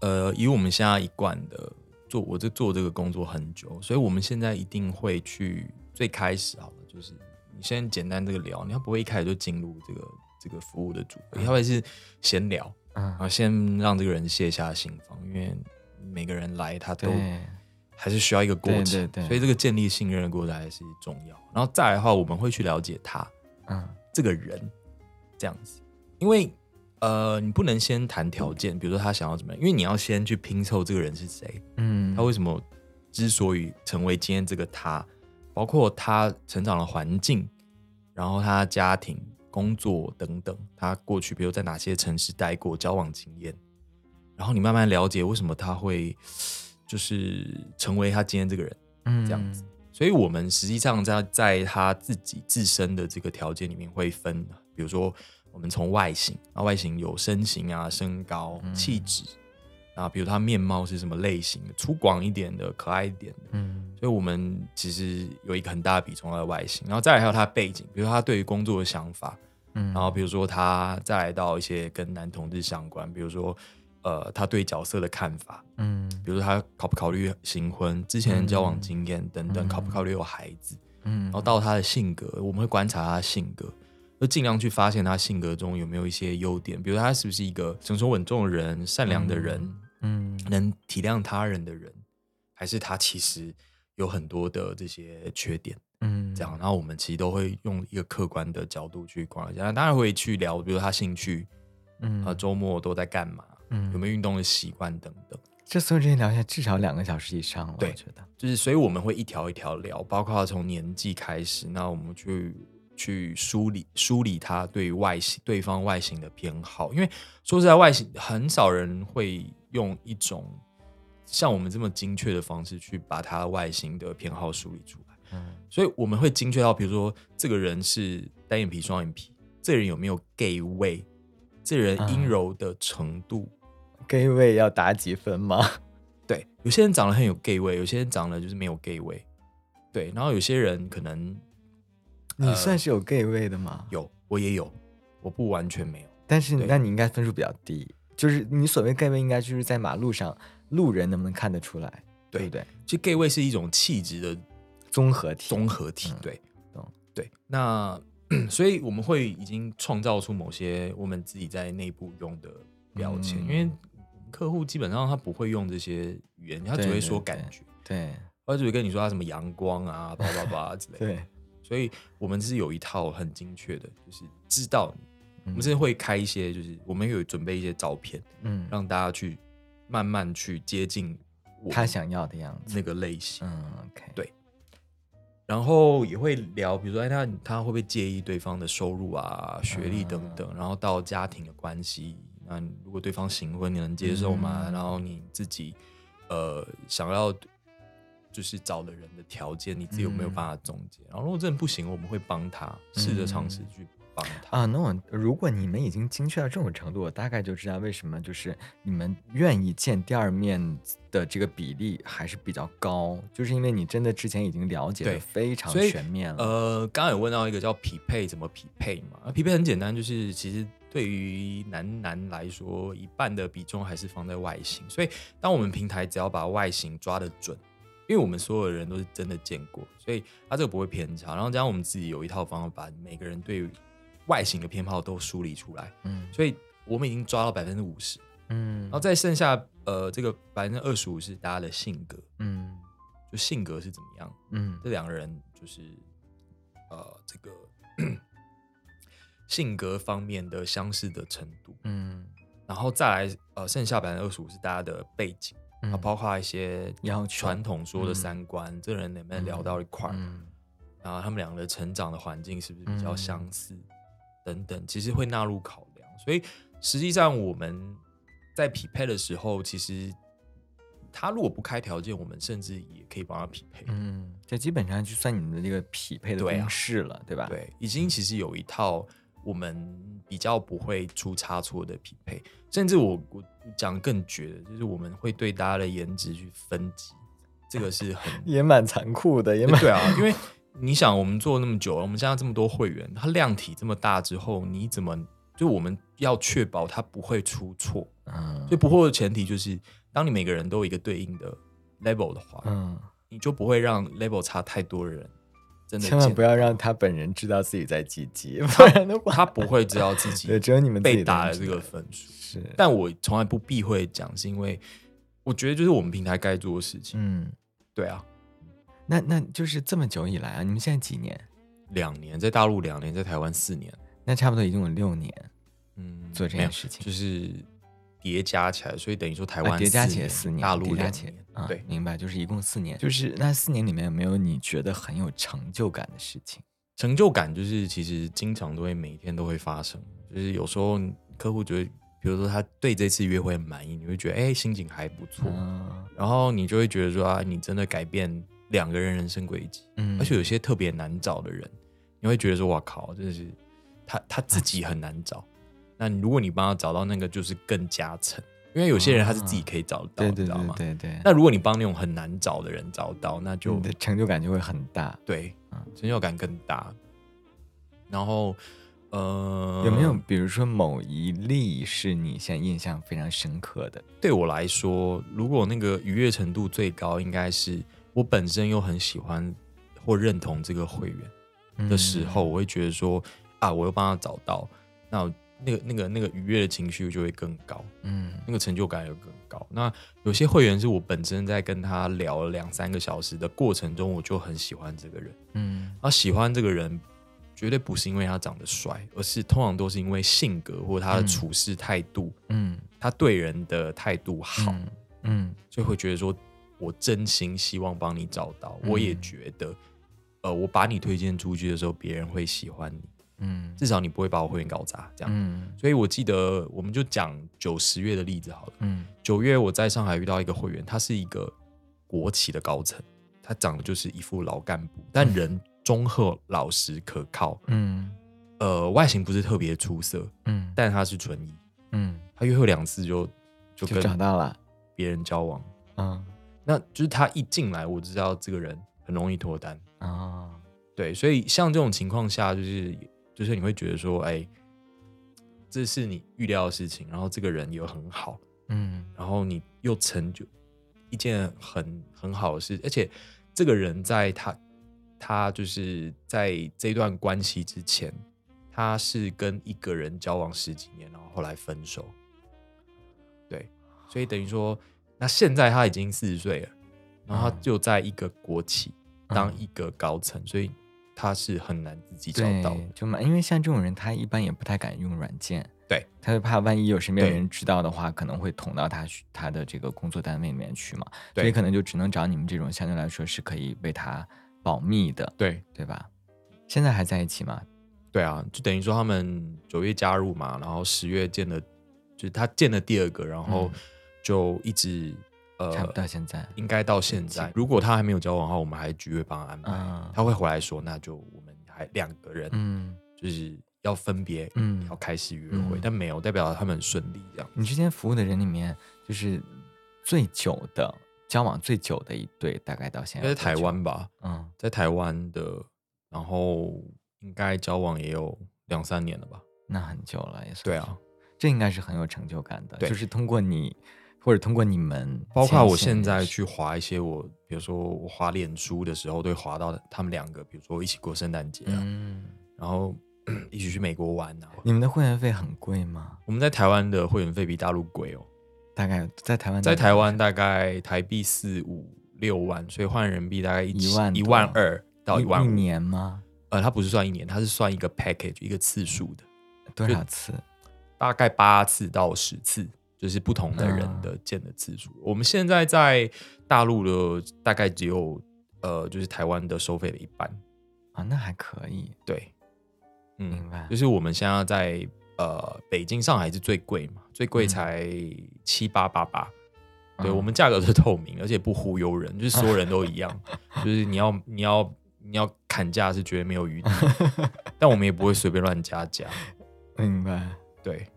S2: 呃，以我们现在一贯的做，我这做这个工作很久，所以我们现在一定会去最开始好了，就是你先简单这个聊，你要不会一开始就进入这个这个服务的主题，要会是闲聊，
S1: 嗯
S2: 然，后先让这个人卸下心防，因为每个人来他都
S1: 对，
S2: 还是需要一个过程，
S1: 对对对
S2: 所以这个建立信任的过程还是重要。然后再来的话，我们会去了解他，
S1: 嗯
S2: 这个人这样子，因为呃，你不能先谈条件，比如说他想要怎么样，因为你要先去拼凑这个人是谁，
S1: 嗯，
S2: 他为什么之所以成为今天这个他，包括他成长的环境，然后他家庭、工作等等，他过去比如在哪些城市待过，交往经验，然后你慢慢了解为什么他会就是成为他今天这个人。
S1: 这
S2: 这样子。嗯所以我们实际上在在他自己自身的这个条件里面会分，比如说我们从外形，啊外形有身形啊、身高、气质啊，比如他面貌是什么类型的，粗犷一点的、可爱一点的。
S1: 嗯
S2: 所以我们其实有一个很大的比重在外形，然后再来还有他的背景，比如他对于工作的想法，
S1: 嗯，
S2: 然后比如说他再来到一些跟男同志相关，比如说呃他对角色的看法，
S1: 嗯
S2: 比如说他考不考虑行婚，之前的交往经验等等，
S1: 嗯
S2: 考不考虑有孩子，
S1: 嗯，
S2: 然后到他的性格，我们会观察他的性格，就尽量去发现他性格中有没有一些优点，比如他是不是一个成熟稳重的人、善良的人、
S1: 嗯
S2: 能体谅他人的人，还是他其实有很多的这些缺点。
S1: 嗯
S2: 这样，然后我们其实都会用一个客观的角度去观察一下，那当然会去聊，比如他兴趣，
S1: 嗯
S2: 呃，周末都在干嘛，
S1: 嗯
S2: 有没有运动的习惯等等。
S1: 这所有这些聊下来至少两个小时以上了，
S2: 对
S1: 我觉得，
S2: 就是所以我们会一条一条聊，包括从年纪开始，那我们去去梳理梳理他对外形对方外形的偏好，因为说实在，外形很少人会用一种像我们这么精确的方式去把他外形的偏好梳理出来，
S1: 嗯
S2: 所以我们会精确到，比如说这个人是单眼皮、双眼皮，这个人有没有 gay 味，这个人阴
S1: 嗯
S2: 柔的程度。
S1: ，gay 位要打几分吗？
S2: 对，有些人长得很有 gay 味，有些人长得就是没有 gay 味。对，然后有些人可能
S1: 你算是有 gay 位的吗？
S2: 呃有，我也有，我不完全没有。
S1: 但是你
S2: 对
S1: 那你应该分数比较低，就是你所谓 gay 位应该就是在马路上路人能不能看得出来，对
S2: 对
S1: 不对？
S2: 其实 gay 味是一种气质的
S1: 综合体，
S2: 综合体
S1: 嗯。
S2: 对
S1: 懂，
S2: 对。那 所以我们会已经创造出某些我们自己在内部用的标签，因为
S1: 嗯
S2: 客户基本上他不会用这些语言，他只
S1: 对
S2: 会
S1: 对
S2: 说
S1: 对
S2: 感觉，
S1: 对
S2: 他只会跟你说他什么阳光啊、叭叭叭之类 的。
S1: 对，
S2: 所以我们是有一套很精确的，就是知道你我
S1: 嗯
S2: 们是会开一些，就是我们有准备一些照片，
S1: 嗯，
S2: 让大家去慢慢去接近我
S1: 他想要的样子，
S2: 那个类型，
S1: 嗯，OK，
S2: 对然后也会聊，比如说哎，他他会不会介意对方的收入啊、学历等
S1: 嗯
S2: 等，然后到家庭的关系，那你如果对方行婚，你能接受吗？
S1: 嗯
S2: 然后你自己呃想要就是找的人的条件，你自己有没有
S1: 嗯
S2: 办法总结？然后如果真的不行，我们会帮他试着尝试
S1: 嗯
S2: 去帮他。
S1: 啊，那我如果你们已经精确到这种程度，我大概就知道为什么就是你们愿意见第二面的这个比例还是比较高，就是因为你真的之前已经了解
S2: 对
S1: 的非常
S2: 所以
S1: 全面了。
S2: 呃，刚刚有问到一个叫匹配，怎么匹配嘛？啊匹配很简单，就是其实对于男男来说，一半的比重还是放在外形。所以，当我们平台只要把外形抓得准，因为我们所有人都是真的见过，所以它这个不会偏差。然后加上我们自己有一套方法，把每个人对于外形的偏好都梳理出来，
S1: 嗯
S2: 所以我们已经抓到百分之五十，
S1: 嗯，
S2: 然后再剩下呃这个百分之二十五是大家的性格，
S1: 嗯
S2: 就性格是怎么样。
S1: 嗯
S2: 这两个人就是呃，这个性格方面的相似的程度，
S1: 嗯
S2: 然后再来呃，剩下百分之二十五是大家的背景，啊、
S1: 嗯，
S2: 包括一些
S1: 要求
S2: 传统说的
S1: 嗯
S2: 三观，这人能不能聊到一块儿，
S1: 嗯
S2: 然后他们两个的成长的环境是不是比较
S1: 嗯
S2: 相似，等等，其实会纳入考量。所以实际上我们在匹配的时候，其实他如果不开条件，我们甚至也可以帮他匹配。
S1: 嗯，这基本上就算你们的这个匹配的
S2: 对啊
S1: 公式了，对吧？
S2: 对，已经其实有一套我们比较不会出差错的匹配，甚至我我讲更绝的，就是我们会对大家的颜值去分级，这个是很
S1: 也蛮残酷的，也蛮
S2: 对啊，因为你想，我们做那么久了，我们现在这么多会员，它量体这么大之后，你怎么就我们要确保它不会出错？
S1: 嗯
S2: 所以不会的前提就是，当你每个人都有一个对应的 level 的话，
S1: 嗯，
S2: 你就不会让 level 差太多的人真的
S1: 千万
S2: 见
S1: 不要让他本人知道自己在积极， 不然的话，
S2: 他不会知道自 己
S1: 对，只有你们自己
S2: 被打
S1: 能
S2: 了
S1: 知
S2: 这个
S1: 道
S2: 分数。
S1: 是，
S2: 但我从来不避讳讲，是因为我觉得就是我们平台该做的事情。
S1: 嗯。
S2: 对啊，
S1: 那那就是这么久以来啊，你们现在几年？
S2: 两年在大陆两年，在台湾四年，
S1: 那差不多已经有六年
S2: 嗯，
S1: 做这
S2: 没
S1: 件
S2: 有
S1: 事情，
S2: 就是叠加起来，所以等于说台
S1: 啊
S2: 湾
S1: 叠加
S2: 四
S1: 起来
S2: 年
S1: 四年，
S2: 大陆
S1: 叠加
S2: 两
S1: 起来
S2: 年，
S1: 啊，
S2: 对，
S1: 明白，就是一共四年。就是那四年里面有没有你觉得很有成就感的事情？
S2: 成就感就是其实经常都会每天都会发生，就是有时候客户觉得，比如说他对这次约会很满意，你会觉得哎、心情还不错，
S1: 嗯
S2: 然后你就会觉得说啊你真的改变两个人人生轨迹。
S1: 嗯
S2: 而且有些特别难找的人，你会觉得说：“哇靠，真的是他他自己很难找。”那如果你帮他找到那个，就是更加成，因为有些人他是自己可以找得到，
S1: 啊对
S2: 你
S1: 对
S2: 知道
S1: 对嗯
S2: 吗？
S1: 对对，
S2: 那如果你帮那种很难找的人找到，那就
S1: 你的成就感就会很大。
S2: 对
S1: 嗯
S2: 成就感更大。然后呃，
S1: 有没有比如说某一例是你现在印象非常深刻的？
S2: 对我来说，如果那个愉悦程度最高，应该是我本身又很喜欢或认同这个会员
S1: 嗯
S2: 的时候，我会觉得说啊，我又帮他找到，那我那个那个那个愉悦的情绪就会更高，
S1: 嗯，
S2: 那个成就感也更高。那有些会员是我本身在跟他聊了两三个小时的过程中，我就很喜欢这个人。
S1: 嗯
S2: 啊，喜欢这个人绝对不是因为他长得帅，而是通常都是因为性格或他的
S1: 嗯
S2: 处事态度，
S1: 嗯
S2: 他对人的态度好。
S1: 嗯嗯
S2: 就会觉得说，我真心希望帮你找到，
S1: 嗯
S2: 我也觉得，呃，我把你推荐出去的时候，别人会喜欢你，
S1: 嗯
S2: 至少你不会把我会员搞砸这样。
S1: 嗯
S2: 所以我记得，我们就讲九十月的例子好了。
S1: 嗯
S2: 九月我在上海遇到一个会员，他是一个国企的高层，他长得就是一副老干部，但人忠厚、老实、可靠，
S1: 嗯
S2: 呃，外形不是特别出色，
S1: 嗯
S2: 但他是纯一，
S1: 嗯，
S2: 他约会两次就就
S1: 就找
S2: 跟
S1: 到了，
S2: 别人交往。
S1: 嗯
S2: 那就是他一进来，我就知道这个人很容易脱单。
S1: 啊
S2: 对，所以像这种情况下，就是就是你会觉得说，哎，这是你预料的事情，然后这个人也很好，
S1: 嗯
S2: 然后你又成就一件很很好的事，而且这个人在他他就是在这段关系之前，他是跟一个人交往十几年，然后后来分手。对，所以等于说，那现在他已经四十岁了，然后他
S1: 嗯
S2: 就在一个国企当
S1: 嗯
S2: 一个高层，所以他是很难自己找
S1: 对
S2: 到的。，
S1: 就蛮，因为像这种人，他一般也不太敢用软件，
S2: 对，
S1: 他会怕万一有身边
S2: 对
S1: 人知道的话，可能会捅到他去他的这个工作单位里面去嘛，所
S2: 对
S1: 以可能就只能找你们这种相对来说是可以为他保密的，
S2: 对
S1: 对吧？现在还在一起吗？
S2: 对啊，就等于说他们九月加入嘛，然后十月见了，就是他见了第二个，然后
S1: 嗯
S2: 就一直、
S1: 差不
S2: 呃，
S1: 到现在，
S2: 应该到现在。如果他还没有交往的话，我们还聚会帮他安排。
S1: 嗯
S2: 他会回来说，那就我们还两个人
S1: 嗯
S2: 就是要分别，
S1: 嗯
S2: 要开始约会，
S1: 嗯
S2: 但没有代表他们很顺利这样。
S1: 你之前服务的人里面，就是最久的交往最久的一对，大概到现
S2: 应
S1: 在
S2: 该
S1: 有多
S2: 在台
S1: 久，
S2: 湾吧，
S1: 嗯，
S2: 在台湾的，然后应该交往也有两三年了吧？
S1: 那很久了，也算
S2: 对
S1: 是
S2: 啊，
S1: 这应该是很有成就感的，
S2: 对
S1: 就是通过你或者通过你们，
S2: 包括我现在，去划一些我，比如说我划脸书的时候，都会划到他们两个，比如说一起过圣诞节啊，
S1: 嗯，
S2: 然后 一起去美国玩啊。
S1: 你们的会员费很贵吗？
S2: 我们在台湾的会员费比大陆贵哦，
S1: 大概在台湾，
S2: 在台湾大概台币四五六万，所以换人民币大概一
S1: 一万多
S2: 一万二到一
S1: 一
S2: 万
S1: 一
S2: 五。
S1: 年吗？
S2: 呃，它不是算一年，它是算一个 package 一个次数的，
S1: 多少次？
S2: 大概八次到十次，就是不同的人
S1: 啊
S2: 的见的次数。我们现在在大陆的大概只有呃，就是台湾的收费的一半。
S1: 啊，那还可以，
S2: 对，嗯，
S1: 明白
S2: 就是我们现在在呃北京、上海是最贵嘛，最贵
S1: 嗯
S2: 才七八八八。对、
S1: 嗯
S2: 我们价格是透明，而且不忽悠人，就是所有人都一 样，就是你要你要你要砍价是绝对没有余地的，但我们也不会随便乱加价。
S1: 明白。
S2: 对，
S1: 嗯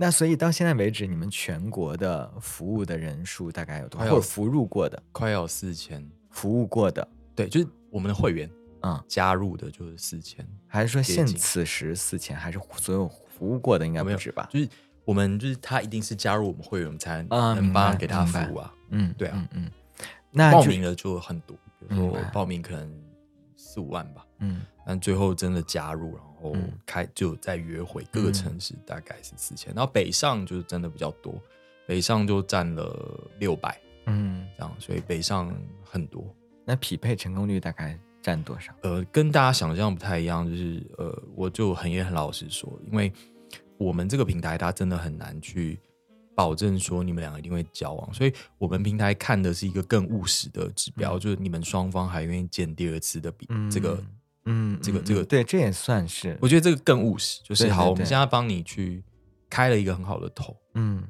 S1: 那所以到现在为止，你们全国的服务的人数大概有多
S2: 快
S1: 少？
S2: 要
S1: 或者服务过的，
S2: 快要四千，
S1: 服务过的，
S2: 对，就是我们的会员
S1: 嗯，
S2: 加入的就是四千，
S1: 还是说
S2: 接
S1: 现
S2: 近
S1: 此时四千，还是所有服务过的应该
S2: 有没
S1: 不
S2: 有
S1: 止吧？
S2: 就是我们就是他一定是加入我们会员，我们才
S1: 啊
S2: 能
S1: 明
S2: 帮
S1: 白
S2: 给他
S1: 明
S2: 服
S1: 白
S2: 务啊。
S1: 嗯，
S2: 对啊
S1: 嗯嗯，那
S2: 报
S1: 就嗯
S2: 名，的就很多，比如
S1: 明
S2: 说
S1: 白
S2: 报名可能四五万吧，
S1: 嗯，
S2: 但最后真的加入，然后
S1: 嗯
S2: 开就在约会，各个城市大概是四千，然后北上就是真的比较多，北上就占了六百
S1: 嗯，
S2: 这样，所以北上很多。
S1: 那匹配成功率大概占多少？
S2: 呃，跟大家想象不太一样，就是呃，我就很也很老实说，因为我们这个平台它真的很难去保证说你们两个一定会交往，所以我们平台看的是一个更务实的指标，
S1: 嗯
S2: 就是你们双方还愿意见第二次的比、
S1: 嗯，
S2: 这个，
S1: 嗯，
S2: 这个
S1: 嗯
S2: 这个
S1: 嗯对，这也算是，
S2: 我觉得这个更务实，就是
S1: 对对
S2: 好，我们
S1: 对
S2: 现在帮你去开了一个很好的头，
S1: 嗯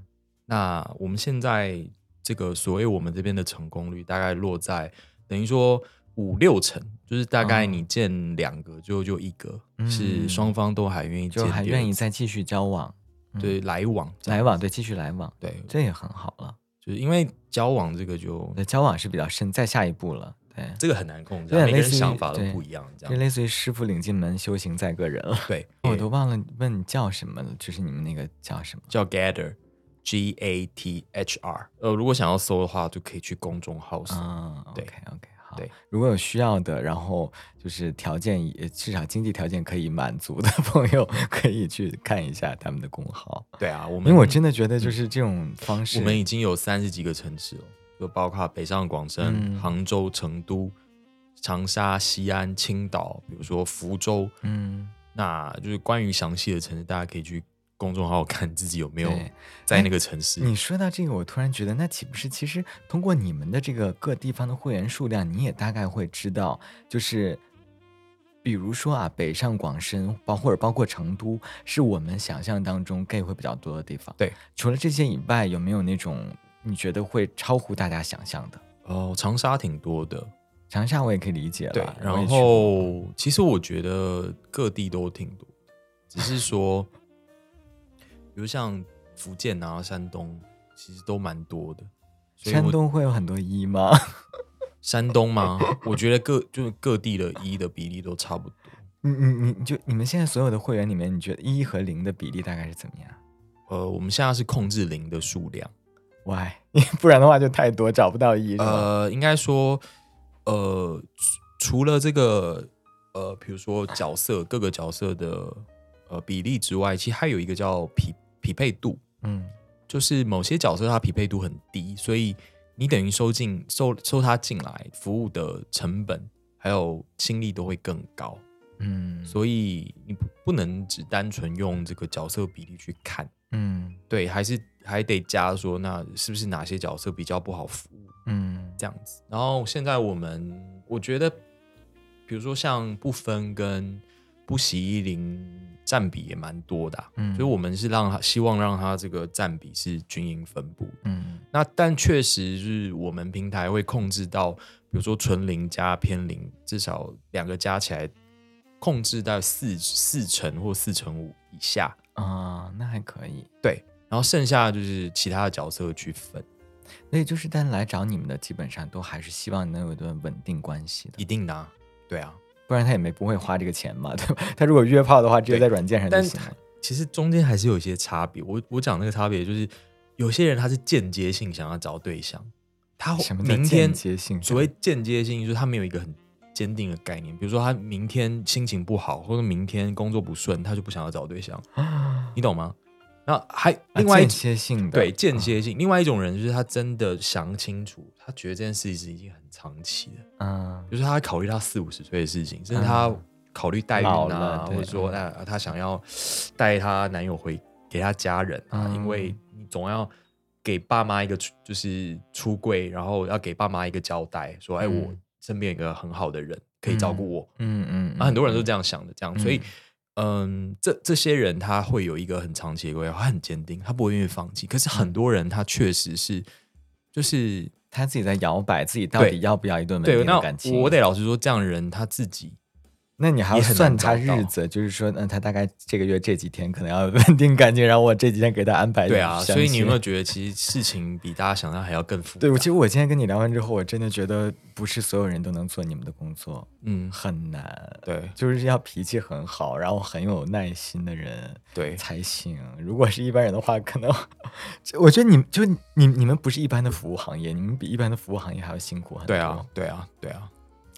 S2: 那我们现在这个所谓我们这边的成功率大概落在等于说五六成，就是大概
S1: 嗯
S2: 你见两个就就一个，
S1: 嗯
S2: 是双方都还愿意
S1: 就
S2: 见第二次，
S1: 还愿意再继续交往，嗯
S2: 对来往这样
S1: 来往，对，继续来往，
S2: 对，
S1: 这也很好了。
S2: 就是因为交往这个就
S1: 那交往是比较深，再下一步了，对，对，
S2: 这个很难控制
S1: 有
S2: 啊，
S1: 点
S2: 每个
S1: 类
S2: 人
S1: 似于
S2: 想法都
S1: 对
S2: 不一样，这
S1: 就
S2: 样
S1: 类似于师傅领进门，修行在个人了。
S2: 对。
S1: 我都忘了问你叫什么了，就是你们那个叫什么？
S2: 叫 Gather。G A T H R，呃，如果想要搜的话，就可以去公众号搜。
S1: 嗯
S2: 对
S1: ，OK OK，好。
S2: 对，
S1: 如果有需要的，然后就是条件也至少经济条件可以满足的朋友， 可以去看一下他们的公号，
S2: 对啊，我
S1: 因
S2: 们
S1: 为我真的觉得就是这种方式，
S2: 我们已经有三十几个城市哦，就包括北上广深、
S1: 嗯
S2: 杭州、成都、长沙、西安、青岛，比如说福州。
S1: 嗯，
S2: 那就是关于详细的城市，大家可以去公众号看自己有没有
S1: 对哎
S2: 在那个城市。
S1: 你说到这个，我突然觉得，那岂不是其实通过你们的这个各地方的会员数量，你也大概会知道，就是比如说啊，北上广深，包或者包括成都，是我们想象当中 gay 会比较多的地方。
S2: 对，
S1: 除了这些以外，有没有那种你觉得会超乎大家想象的？
S2: 哦，长沙挺多的，
S1: 长沙我也可以理解了，
S2: 对，
S1: 我也
S2: 然
S1: 去过
S2: 后其实我觉得各地都挺多，只是说， 比如像福建啊、山东，其实都蛮多的。所以我
S1: 山东会有很多一吗？
S2: 山东吗？我觉得各就是各地的一的比例都差不多。
S1: 你你你你就你们现在所有的会员里面，你觉得一和零的比例大概是怎么样？
S2: 呃，我们现在是控制零的数量，
S1: Why？不 然的话就太多，找不到一是吧？
S2: 呃，应该说，呃，除除了这个呃，比如说角色各个角色的呃比例之外，其实还有一个叫匹匹配度，
S1: 嗯
S2: 就是某些角色它匹配度很低，所以你等于收进收收他进来，服务的成本还有心力都会更高，
S1: 嗯，
S2: 所以你不不能只单纯用这个角色比例去看，
S1: 嗯
S2: 对，还是还得加说那是不是哪些角色比较不好服务
S1: 嗯
S2: 这样子。然后现在我们我觉得，比如说像不分跟不喜一零占比也蛮多的啊、
S1: 嗯
S2: 所以我们是让他希望让他这个占比是均匀分布的
S1: 嗯
S2: 那但确实是我们平台会控制到，比如说纯零加偏零，至少两个加起来控制到四四成或四成五以下，
S1: 啊，那还可以。
S2: 对。然后剩下就是其他的角色去分，
S1: 所以就是，但来找你们的基本上都还是希望能有一段稳定关系的，
S2: 一定的啊、对啊。
S1: 不然他也没不会花这个钱嘛， 对吧？他如果约炮的话，直接
S2: 对
S1: 在软件上就
S2: 但
S1: 行了。
S2: 其实中间还是有一些差别。我我讲那个差别就是，有些人他是间接性想要找对象，他哦
S1: 什么叫
S2: 明天
S1: 间接性
S2: 所谓间接性就是他没有一个很坚定的概念，比如说他明天心情不好，或者明天工作不顺，他就不想要找对象，
S1: 啊，
S2: 你懂吗？那还另外一
S1: 间接性的，
S2: 对间
S1: 啊，
S2: 接性，另外一种人就是他真的想清楚，他觉得这件事情已经很长期了，
S1: 嗯
S2: 就是他考虑到四五十岁的事情，甚至他
S1: 嗯
S2: 考虑代孕
S1: 老
S2: 啊
S1: 了，对
S2: 或者说
S1: 嗯
S2: 那他想要带她男友回给她家人啊，
S1: 嗯
S2: 因为你总要给爸妈一个出就是出柜，然后要给爸妈一个交代，说哎，
S1: 嗯
S2: 我身边有一个很好的人可以照顾我，
S1: 嗯嗯，
S2: 啊，很多人都
S1: 嗯
S2: 这样想的，这样，所以。嗯，这这些人他会有一个很长期的规划，他很坚定，他不会愿意放弃。可是
S1: 嗯
S2: 很多人他确实是，就是
S1: 他自己在摇摆，自己到
S2: 对
S1: 底要不要一段稳
S2: 对，
S1: 定
S2: 那
S1: 的感情？
S2: 我得老实说，这样的人他自己
S1: 那你还要
S2: 也很
S1: 算
S2: 难
S1: 他
S2: 找到
S1: 日子，就是说，嗯，他大概这个月这几天可能要 稳定感情，然后我这几天给他安排。
S2: 对啊，
S1: 相
S2: 所以你有没有
S1: 亲？
S2: 觉得其实事情比大家想象还要更复杂？
S1: 对，我其实我今天跟你聊完之后，我真的觉得不是所有人都能做你们的工作，
S2: 嗯，
S1: 很难，
S2: 对
S1: 就是要脾气很好，然后很有耐心的人
S2: 对
S1: 才行。如果是一般人的话，可能这我觉得你们就你你们不是一般的服务行业，你们比一般的服务行业还要辛苦很多。
S2: 对啊，对啊，对啊，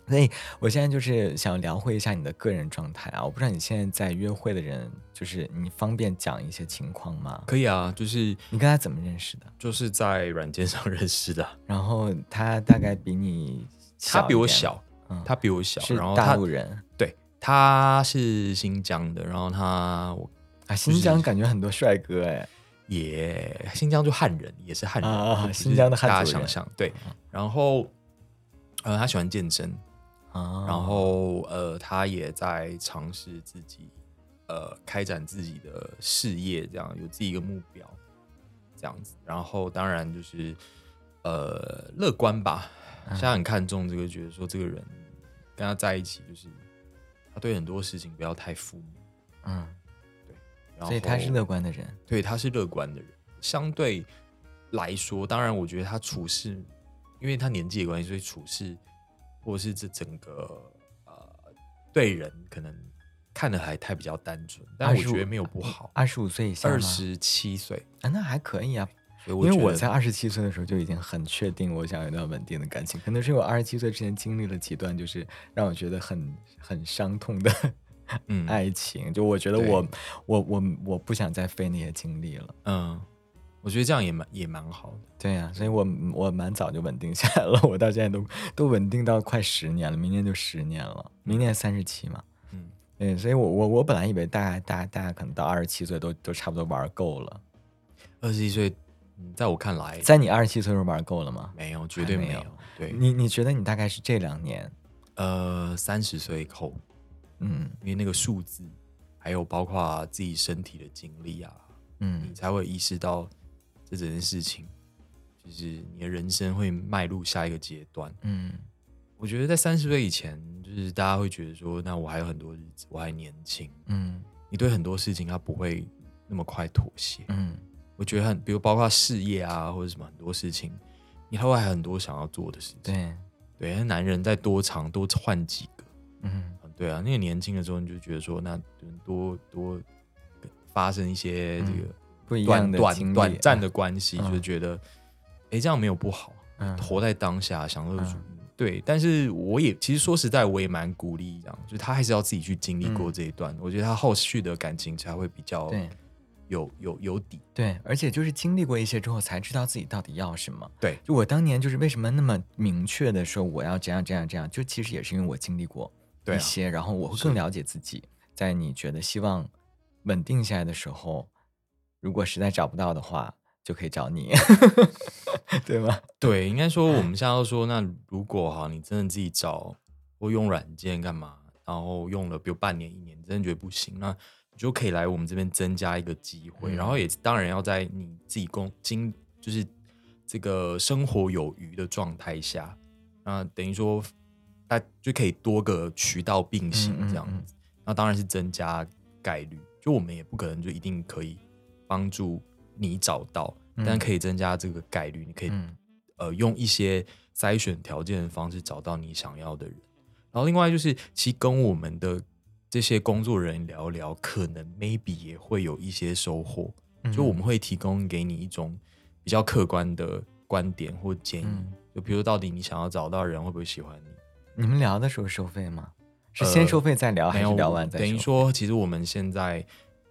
S1: 所以我现在就是想聊会一下你的个人状态啊，我不知道你现在在约会的人，就是你方便讲一些情况吗？
S2: 可以啊，就是
S1: 你跟他怎么认识的？
S2: 就是在软件上 认识的啊，
S1: 然后他大概比你
S2: 他
S1: 一
S2: 比我
S1: 点，
S2: 小，
S1: 嗯，
S2: 他比我小，
S1: 是
S2: 然后
S1: 大
S2: 他
S1: 陆人
S2: 对他是新疆的，然后他我
S1: 啊，新疆感觉很多帅哥哎，
S2: 也新疆就汉人，也是汉人
S1: 啊啊啊
S2: 就不是
S1: 新疆的汉
S2: 大家
S1: 族人嗯
S2: 想象对，然后呃他喜欢健身，
S1: 啊，
S2: 然后呃，他也在尝试自己呃开展自己的事业，这样有自己一个目标，这样子。然后当然就是呃乐观吧，
S1: 嗯
S2: 现在很看重这个，觉得说这个人跟他在一起，就是他对很多事情不要太负面。
S1: 嗯，
S2: 然后
S1: 所以他是乐观的人，
S2: 对，他是乐观的人。相对来说，当然，我觉得他处事，因为他年纪的关系，所以处事或是这整个呃对人可能看的还太比较单纯，但我
S1: 25
S2: 觉得没有不好。
S1: 二十五岁以啊下吗
S2: 二十七岁，
S1: 啊，那还可以啊。
S2: 所以
S1: 因
S2: 我
S1: 为
S2: 觉
S1: 我
S2: 得
S1: 在二十七岁的时候就已经很确定我想有一段稳定的感情，可能是因为我二十七岁之前经历了几段就是让我觉得很很伤痛的
S2: 嗯
S1: 爱情，就我觉得
S2: 对
S1: 我我我我不想再费那些精力了。
S2: 嗯，我觉得这样也蛮也蛮好的。
S1: 对呀、所以我我蛮早就稳定下来了，我 到现在都都稳定到快十年了，明年就十年了，明年三十七嘛。
S2: 嗯，
S1: 对，所以我我我本来以为大概大概大概可能到二十七岁都都差不多玩够了，
S2: 二十一岁，嗯在我看来
S1: 在你二十七岁的时候玩够了吗？
S2: 没有，绝对
S1: 还没
S2: 没有
S1: 有。
S2: 对，
S1: 你你觉得你大概是这两年，
S2: 呃，三十岁后，
S1: 嗯
S2: 因为那个数字，还有包括自己身体的经历啊，你
S1: 嗯
S2: 才会意识到这整件事情，就是你的人生会迈入下一个阶段。
S1: 嗯
S2: 我觉得在三十岁以前，就是大家会觉得说，那我还有很多日子，我还年轻，
S1: 嗯
S2: 你对很多事情他不会那么快妥协。
S1: 嗯
S2: 我觉得很，比如包括事业啊，或者什么很多事情，你还会还有很多想要做的事情。
S1: 对
S2: 对，那男人再多尝多换几个，
S1: 嗯
S2: 嗯对啊，那个年轻的时候你就觉得说，那多多发生一些
S1: 嗯
S2: 这个
S1: 不一样
S2: 短
S1: 的经
S2: 短
S1: 历
S2: 短暂的关系，
S1: 嗯
S2: 就觉得，哎、这样没有不好，
S1: 嗯
S2: 活在当下，享乐主义。
S1: 嗯
S2: 对，但是我也其实说实在，我也蛮鼓励这样，就是他还是要自己去经历过
S1: 嗯
S2: 这一段，我觉得他后续的感情才会比较
S1: 对
S2: 有有有底。
S1: 对，而且就是经历过一些之后才知道自己到底要什么。
S2: 对
S1: 就我当年就是为什么那么明确的说我要这样这样这样，就其实也是因为我经历过
S2: 对
S1: 一
S2: 啊
S1: 些，然后我会
S2: 是
S1: 更了解自己。在你觉得希望稳定下来的时候，如果实在找不到的话，就可以找 你，对吗？
S2: 对，应该说我
S1: 嗯
S2: 们现在要说，那如果哈，你真的自己找或用软件干嘛，然后用了比如半年一年，你真的觉得不行，那你就可以来我们这边增加一个机会，
S1: 嗯
S2: 然后也当然要在你自己工经就是这个生活有余的状态下，那等于说它就可以多个渠道并行
S1: 嗯嗯
S2: 这样
S1: 嗯
S2: 子，那当然是增加概率，就我们也不可能就一定可以帮助你找到，但
S1: 嗯
S2: 可以增加这个概率，你可以
S1: 嗯
S2: 呃用一些筛选条件的方式找到你想要的人。然后另外就是，其实跟我们的这些工作人员聊一聊，可能 maybe 也会有一些收获。
S1: 嗯
S2: 就我们会提供给你一种比较客观的观点或建议，
S1: 嗯
S2: 就比如到底你想要找到的人会不会喜欢你？
S1: 你们聊的时候收费吗？是先收费再聊，
S2: 呃没
S1: 还
S2: 有
S1: 是聊完再收
S2: 等于说，其实我们现在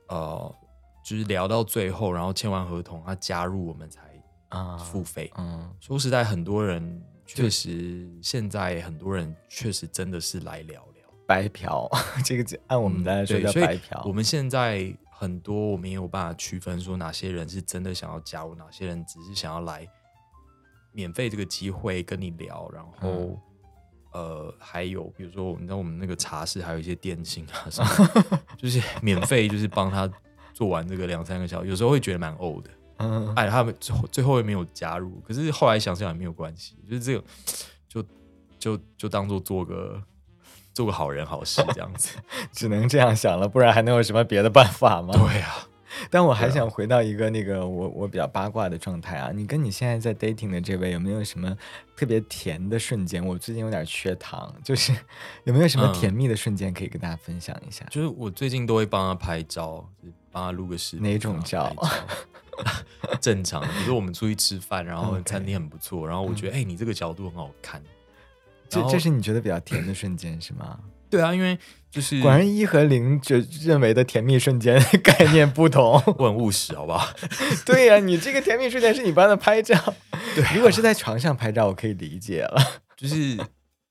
S2: 呃，就是聊到最后，然后签完合同，他加入我们才
S1: 啊，
S2: 付费。
S1: 嗯
S2: 说实在，很多人确实，现在很多人确实真的是来聊聊。
S1: 白嫖， 这个就按我们来说
S2: 嗯对
S1: 叫
S2: 所以
S1: 白嫖。
S2: 我们现在很多，我们也有办法区分说哪些人是真的想要加入，哪些人只是想要来免费这个机会跟你聊，然后、
S1: 嗯
S2: 呃，还有比如说，你知道我们那个茶室还有一些电信 啊什么的，就是免费，就是帮他做完这个两三个小时，有时候会觉得蛮呕的。
S1: 嗯
S2: 哎，他们最后最后也没有加入，可是后来想想也没有关系，就是这种，就就就当做做个做个好人好事这样 子。
S1: 只能这样想了，不然还能有什么别的办法吗？
S2: 对啊，
S1: 但我还
S2: 对啊
S1: 想回到一个那个我我比较八卦的状态啊，你跟你现在在 dating 的这位有没有什么特别甜的瞬间？我最近有点缺糖，就是 有没有什么
S2: 嗯
S1: 甜蜜的瞬间可以跟大家分享一下？
S2: 就是我最近都会帮他拍照，就是帮他录个视频。
S1: 哪种
S2: 帮他拍
S1: 照
S2: 照 正常的，比如说我们出去吃饭，然后
S1: OK
S2: 餐厅很不错，然后我觉得哎、你这个角度很好看。
S1: 这
S2: 然后
S1: 这是你觉得比较甜的瞬间是吗？
S2: 对啊，因为就是
S1: 果然一和零觉认为的甜蜜瞬间概念不同。
S2: 我很务实，好不好？
S1: 对呀、你这个甜蜜瞬间是你帮他拍照，
S2: 啊
S1: 如果是在床上拍照，我可以理解了。
S2: 就是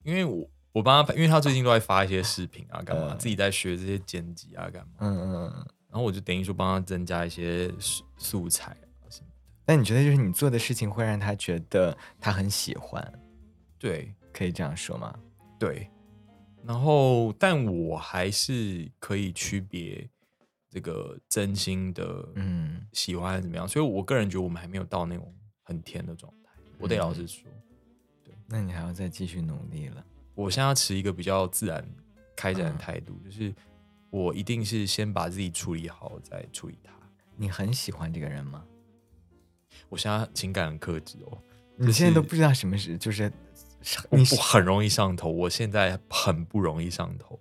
S2: 因为我我帮他拍，因为他最近都在发一些视频啊，干嘛、
S1: 嗯
S2: 自己在学这些剪辑啊，干嘛。
S1: 嗯嗯。嗯
S2: 然后我就等于说帮他增加一些素素材啊什么的。
S1: 那你觉得就是你做的事情会让他觉得他很喜欢，
S2: 对
S1: 可以这样说吗？
S2: 对，然后但我还是可以区别这个真心的
S1: 嗯
S2: 喜欢还是怎么样，所以我个人觉得我们还没有到那种很甜的状态。我
S1: 嗯
S2: 得老实说，，
S1: 那你还要再继续努力了。
S2: 我现在要持一个比较自然开展的
S1: 嗯
S2: 态度，就是我一定是先把自己处理好，再处理他。
S1: 你很喜欢这个人吗？
S2: 我现在情感很克制哦，
S1: 你现在都不知道什么是，就是
S2: 我我很容易上头，我现在很不容易上头，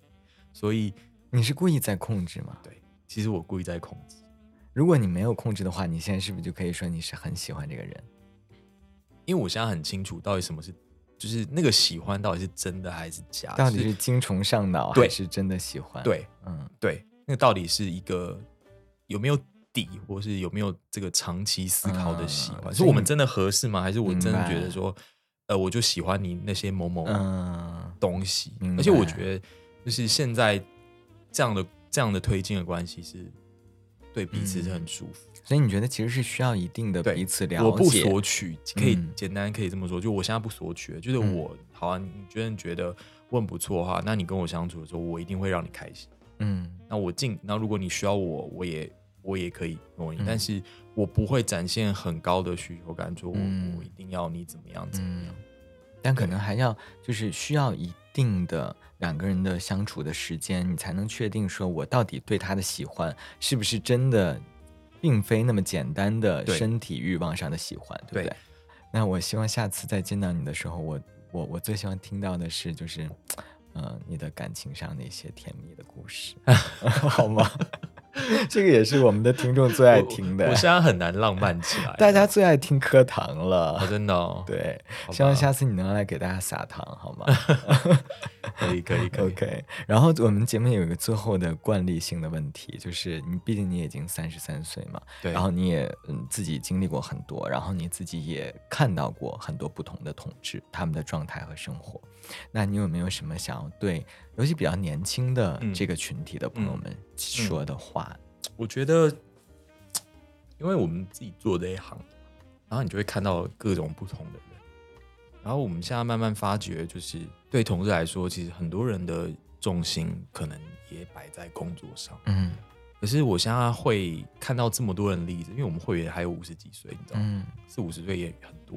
S2: 所以
S1: 你是故意在控制吗？
S2: 对，其实我故意在控制。
S1: 如果你没有控制的话，你现在是不是就可以说你是很喜欢这个人？
S2: 因为我现在很清楚到底什么是，就是那个喜欢到底是真的还是假的，
S1: 到底
S2: 就是
S1: 精虫上脑
S2: 对
S1: 还是真的喜欢？，
S2: 对
S1: 嗯，
S2: 对，那到底是一个有没有底，或是有没有这个长期思考的喜欢？
S1: 嗯
S2: 是我们真的合适吗？还是我
S1: 明
S2: 真的
S1: 白
S2: 觉得说，呃，我就喜欢你那些某某
S1: 嗯
S2: 东西？
S1: 明
S2: 而且我
S1: 白
S2: 觉得，就是现在这样的这样的推进的关系是对彼此是很
S1: 嗯
S2: 舒服。
S1: 所以你觉得其实是需要一定的
S2: 对
S1: 彼此了解，
S2: 我不索取，可以
S1: 嗯
S2: 简单可以这么说，就我现在不索取了，就是
S1: 嗯
S2: 我好啊，你觉得你觉得问不错的话，那你跟我相处的时候，我一定会让你开心。
S1: 嗯
S2: 那我尽，那如果你需要我，我也我也可以挪你，
S1: 嗯
S2: 但是我不会展现很高的需求感，说我、
S1: 嗯
S2: 我一定要你怎么样怎么
S1: 嗯
S2: 样。，
S1: 但可能还要就是需要一定的两个人的相处的时间，你才能确定说我到底对他的喜欢是不是真的，并非那么简单的
S2: 对
S1: 身体欲望上的喜欢，对不对？
S2: 对
S1: 那我希望下次再见到你的时候，我我我最喜欢听到的是就是。呃，你的感情上的一些甜蜜的故事， 好吗？ 这个也是我们的听众最爱
S2: 我
S1: 听的。，
S2: 我现在很难浪漫起 来
S1: 大家最爱听课堂
S2: 啊、
S1: 了。
S2: 真的、哦、，
S1: 对，
S2: 吧
S1: 希望下次你能来给大家撒糖，好 吗
S2: 可以可以可以。
S1: ？OK。然后我们节目有一个最后的惯例性的问题，就是你毕竟你已经三十三岁嘛，
S2: 对，
S1: 然后你也嗯自己经历过很多，然后你自己也看到过很多不同的同志他们的状态和生活。那你有没有什么想要对，尤其比较年轻的
S2: 嗯
S1: 这个群体的朋友们说的话？
S2: 我觉得，因为我们自己做这一行，然后你就会看到各种不同的人。然后我们现在慢慢发觉，就是对同事来说，其实很多人的重心可能也摆在工作上。
S1: 嗯
S2: 可是我现在会看到这么多人的例子，因为我们会员还有五十几岁，你知道吗？
S1: 嗯
S2: 四五十岁也很多，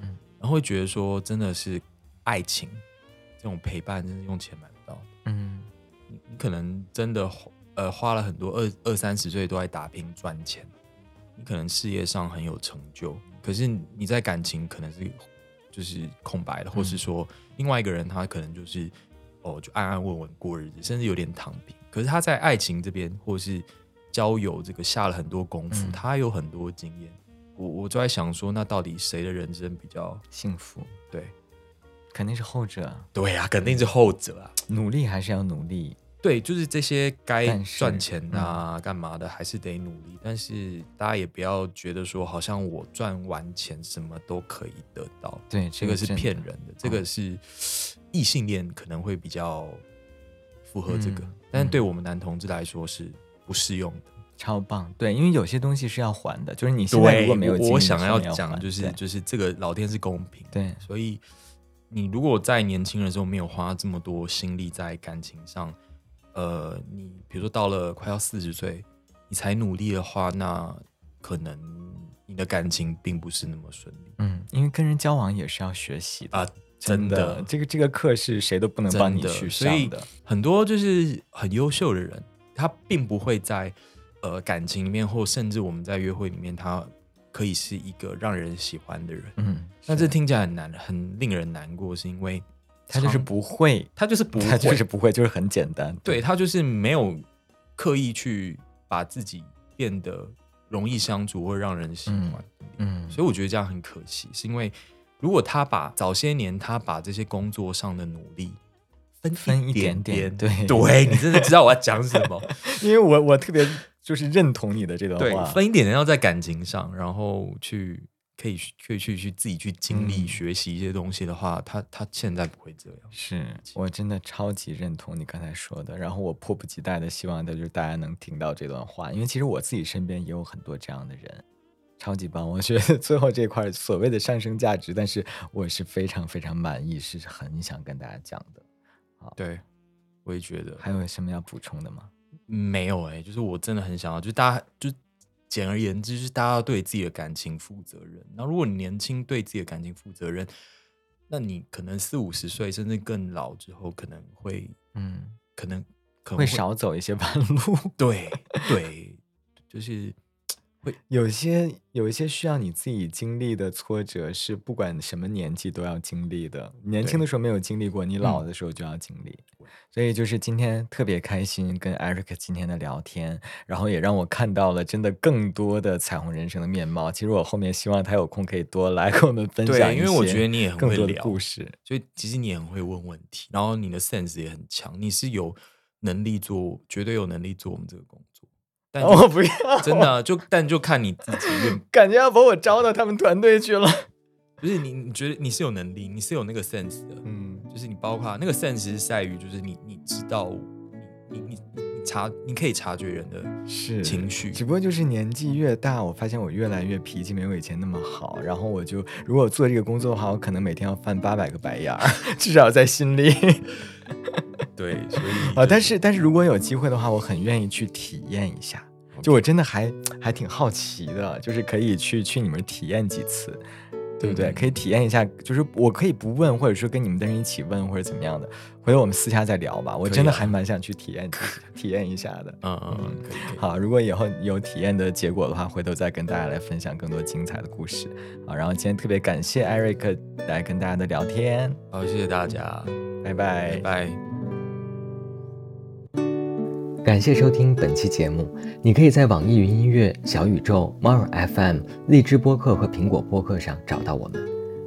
S1: 嗯
S2: 然后会觉得说，真的是爱情这种陪伴，真是用钱买不到的。
S1: 嗯
S2: 你你可能真的花呃花了很多二二三十岁都在打拼赚钱，你可能事业上很有成就，可是你在感情可能是就是空白的，或是说另外一个人他可能就是哦就安安稳稳过日子，甚至有点躺平。可是他在爱情这边或是交友这个下了很多功夫，
S1: 嗯
S2: 他有很多经验。我我就在想说，那到底谁的人生比较
S1: 幸福
S2: 对？
S1: 肯定是后者，
S2: 对啊，肯定是后者啊。
S1: 努力还是要努力。
S2: 对，就是这些该
S1: 但是嗯
S2: 赚钱的啊、干嘛的，还是得努力。但是大家也不要觉得说，好像我赚完钱什么都可以得到，
S1: 对，
S2: 这个是
S1: 真的哦
S2: 骗人的。这个是异性恋可能会比较符合这个，
S1: 嗯
S2: 但是对
S1: 嗯
S2: 我们男同志来说是不适用的。
S1: 超棒，对，因为有些东西是要还的，就是你现在
S2: 对，
S1: 如果没有经历
S2: 我我想
S1: 是
S2: 要
S1: 没有
S2: 讲
S1: 还
S2: 就是
S1: 对
S2: 就是这个老天是公平的，
S1: 对
S2: 所以你如果在年轻的时候没有花这么多心力在感情上，呃，你比如说到了快要四十岁，你才努力的话，那可能你的感情并不是那么顺利
S1: 嗯，因为跟人交往也是要学习的，
S2: 啊，
S1: 真
S2: 的。
S1: 这个这个课是谁都不能帮
S2: 真
S1: 你
S2: 的
S1: 去
S2: 所以
S1: 上的，
S2: 很多就是很优秀的人，他并不会在呃感情里面，或甚至我们在约会里面，他可以是一个让人喜欢的人。
S1: 嗯，
S2: 那这
S1: 是
S2: 听起来很难，很令人难过，是因为
S1: 他就是
S2: 常
S1: 不会，
S2: 他就是不
S1: 他
S2: 会，
S1: 就是不会，就是很简单，
S2: 对，他就是没有刻意去把自己变得容易相处或让人喜欢，
S1: 嗯，
S2: 所以我觉得这样很可惜，是因为如果他把早些年他把这些工作上的努力。分
S1: 分一
S2: 点
S1: 点点对
S2: 对你真的知道我要讲什 么？
S1: 因为我我特别就是认同你的这段
S2: 对
S1: 话，，
S2: 分一点点要在感情上，然后去可以去去去去自己去经历、
S1: 嗯
S2: 学习一些东西的话，他他现在不会这样。
S1: 是我真的超级认同你刚才说的，然后我迫不及待的希望的就是大家能听到这段话，因为其实我自己身边也有很多这样的人，超级棒。我觉得最后这块所谓的上升价值，但是我是非常非常满意，是很想跟大家讲的。
S2: 对，我也觉得
S1: 还有什么要补充的吗？
S2: 没有哎、就是我真的很想要，就是大家就简而言之，就是大家要对自己的感情负责任。那如果你年轻对自己的感情负责任，那你可能四五十岁甚至更老之后，可能会
S1: 嗯，
S2: 可能可 能
S1: 会少走一些弯路。
S2: 对对，就是
S1: 有些有一些需要你自己经历的挫折，是不管什么年纪都要经历的。年轻
S2: 对嗯
S1: 的时候没有经历过，你老的时候就要经历。所以就是今天特别开心跟 Eric 今天的聊天，然后也让我看到了真的更多的彩虹人生的面貌。其实我后面希望他有空可以多来跟我们分享
S2: 对，
S1: 一
S2: 因为我
S1: 些
S2: 觉得你也很
S1: 更
S2: 会
S1: 多的
S2: 聊
S1: 故事。
S2: 所以其实你也很会问问题，然后你的 sense 也很强，你是有能力做，绝对有能力做我们这个工作。 但
S1: 哦，我
S2: 就
S1: 不要，
S2: 真的啊、就但就看你自己愿，
S1: 感觉要把我招到他们团队去了。
S2: 不是你，你觉得你是有能力，你是有那个 sense 的，
S1: 嗯，
S2: 就是你包括那个 sense 是在于，就是你你知道，你你你你察，你可以察觉人的
S1: 是
S2: 情绪
S1: 只不过就是年纪越大，我发现我越来越脾气没有以前那么好。然后我就如果做这个工作的话，我可能每天要翻八百个白眼儿， 至少在心里。
S2: 对，所以
S1: 啊，
S2: 就
S1: 但是但是如果有机会的话，我很愿意去体验一下。就我真的还还挺好奇的，就是可以去去你们体验几次，对不对？
S2: 嗯
S1: 可以体验一下，就是我可以不问，或者说跟你们的人一起问，或者怎么样的。回头我们私下再聊吧。我
S2: 可以
S1: 真的
S2: 啊
S1: 还蛮想去体验、 体验一下的。
S2: 嗯嗯嗯，可以可以，
S1: 好，如果以后有体验的结果的话，回头再跟大家来分享更多精彩的故事。好，然后今天特别感谢 Eric 来跟大家的聊天，
S2: 好，谢谢大家，
S1: 拜拜
S2: 拜拜。
S3: 感谢收听本期节目。你可以在网易云音乐、小宇宙、猫耳 FM、荔枝播客和苹果播客上找到我们。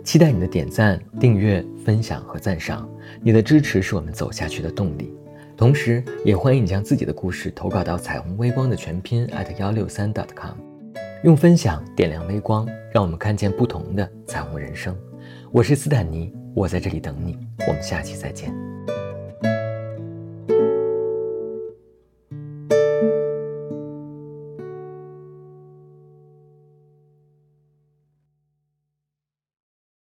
S3: 期待你的点赞、订阅、分享和赞赏，你的支持是我们走下去的动力。同时，也欢迎你将自己的故事投稿到彩虹微光的全拼 at 幺六三 dot com，用分享点亮微光，让我们看见不同的彩虹人生。我是斯坦尼，我在这里等你，我们下期再见。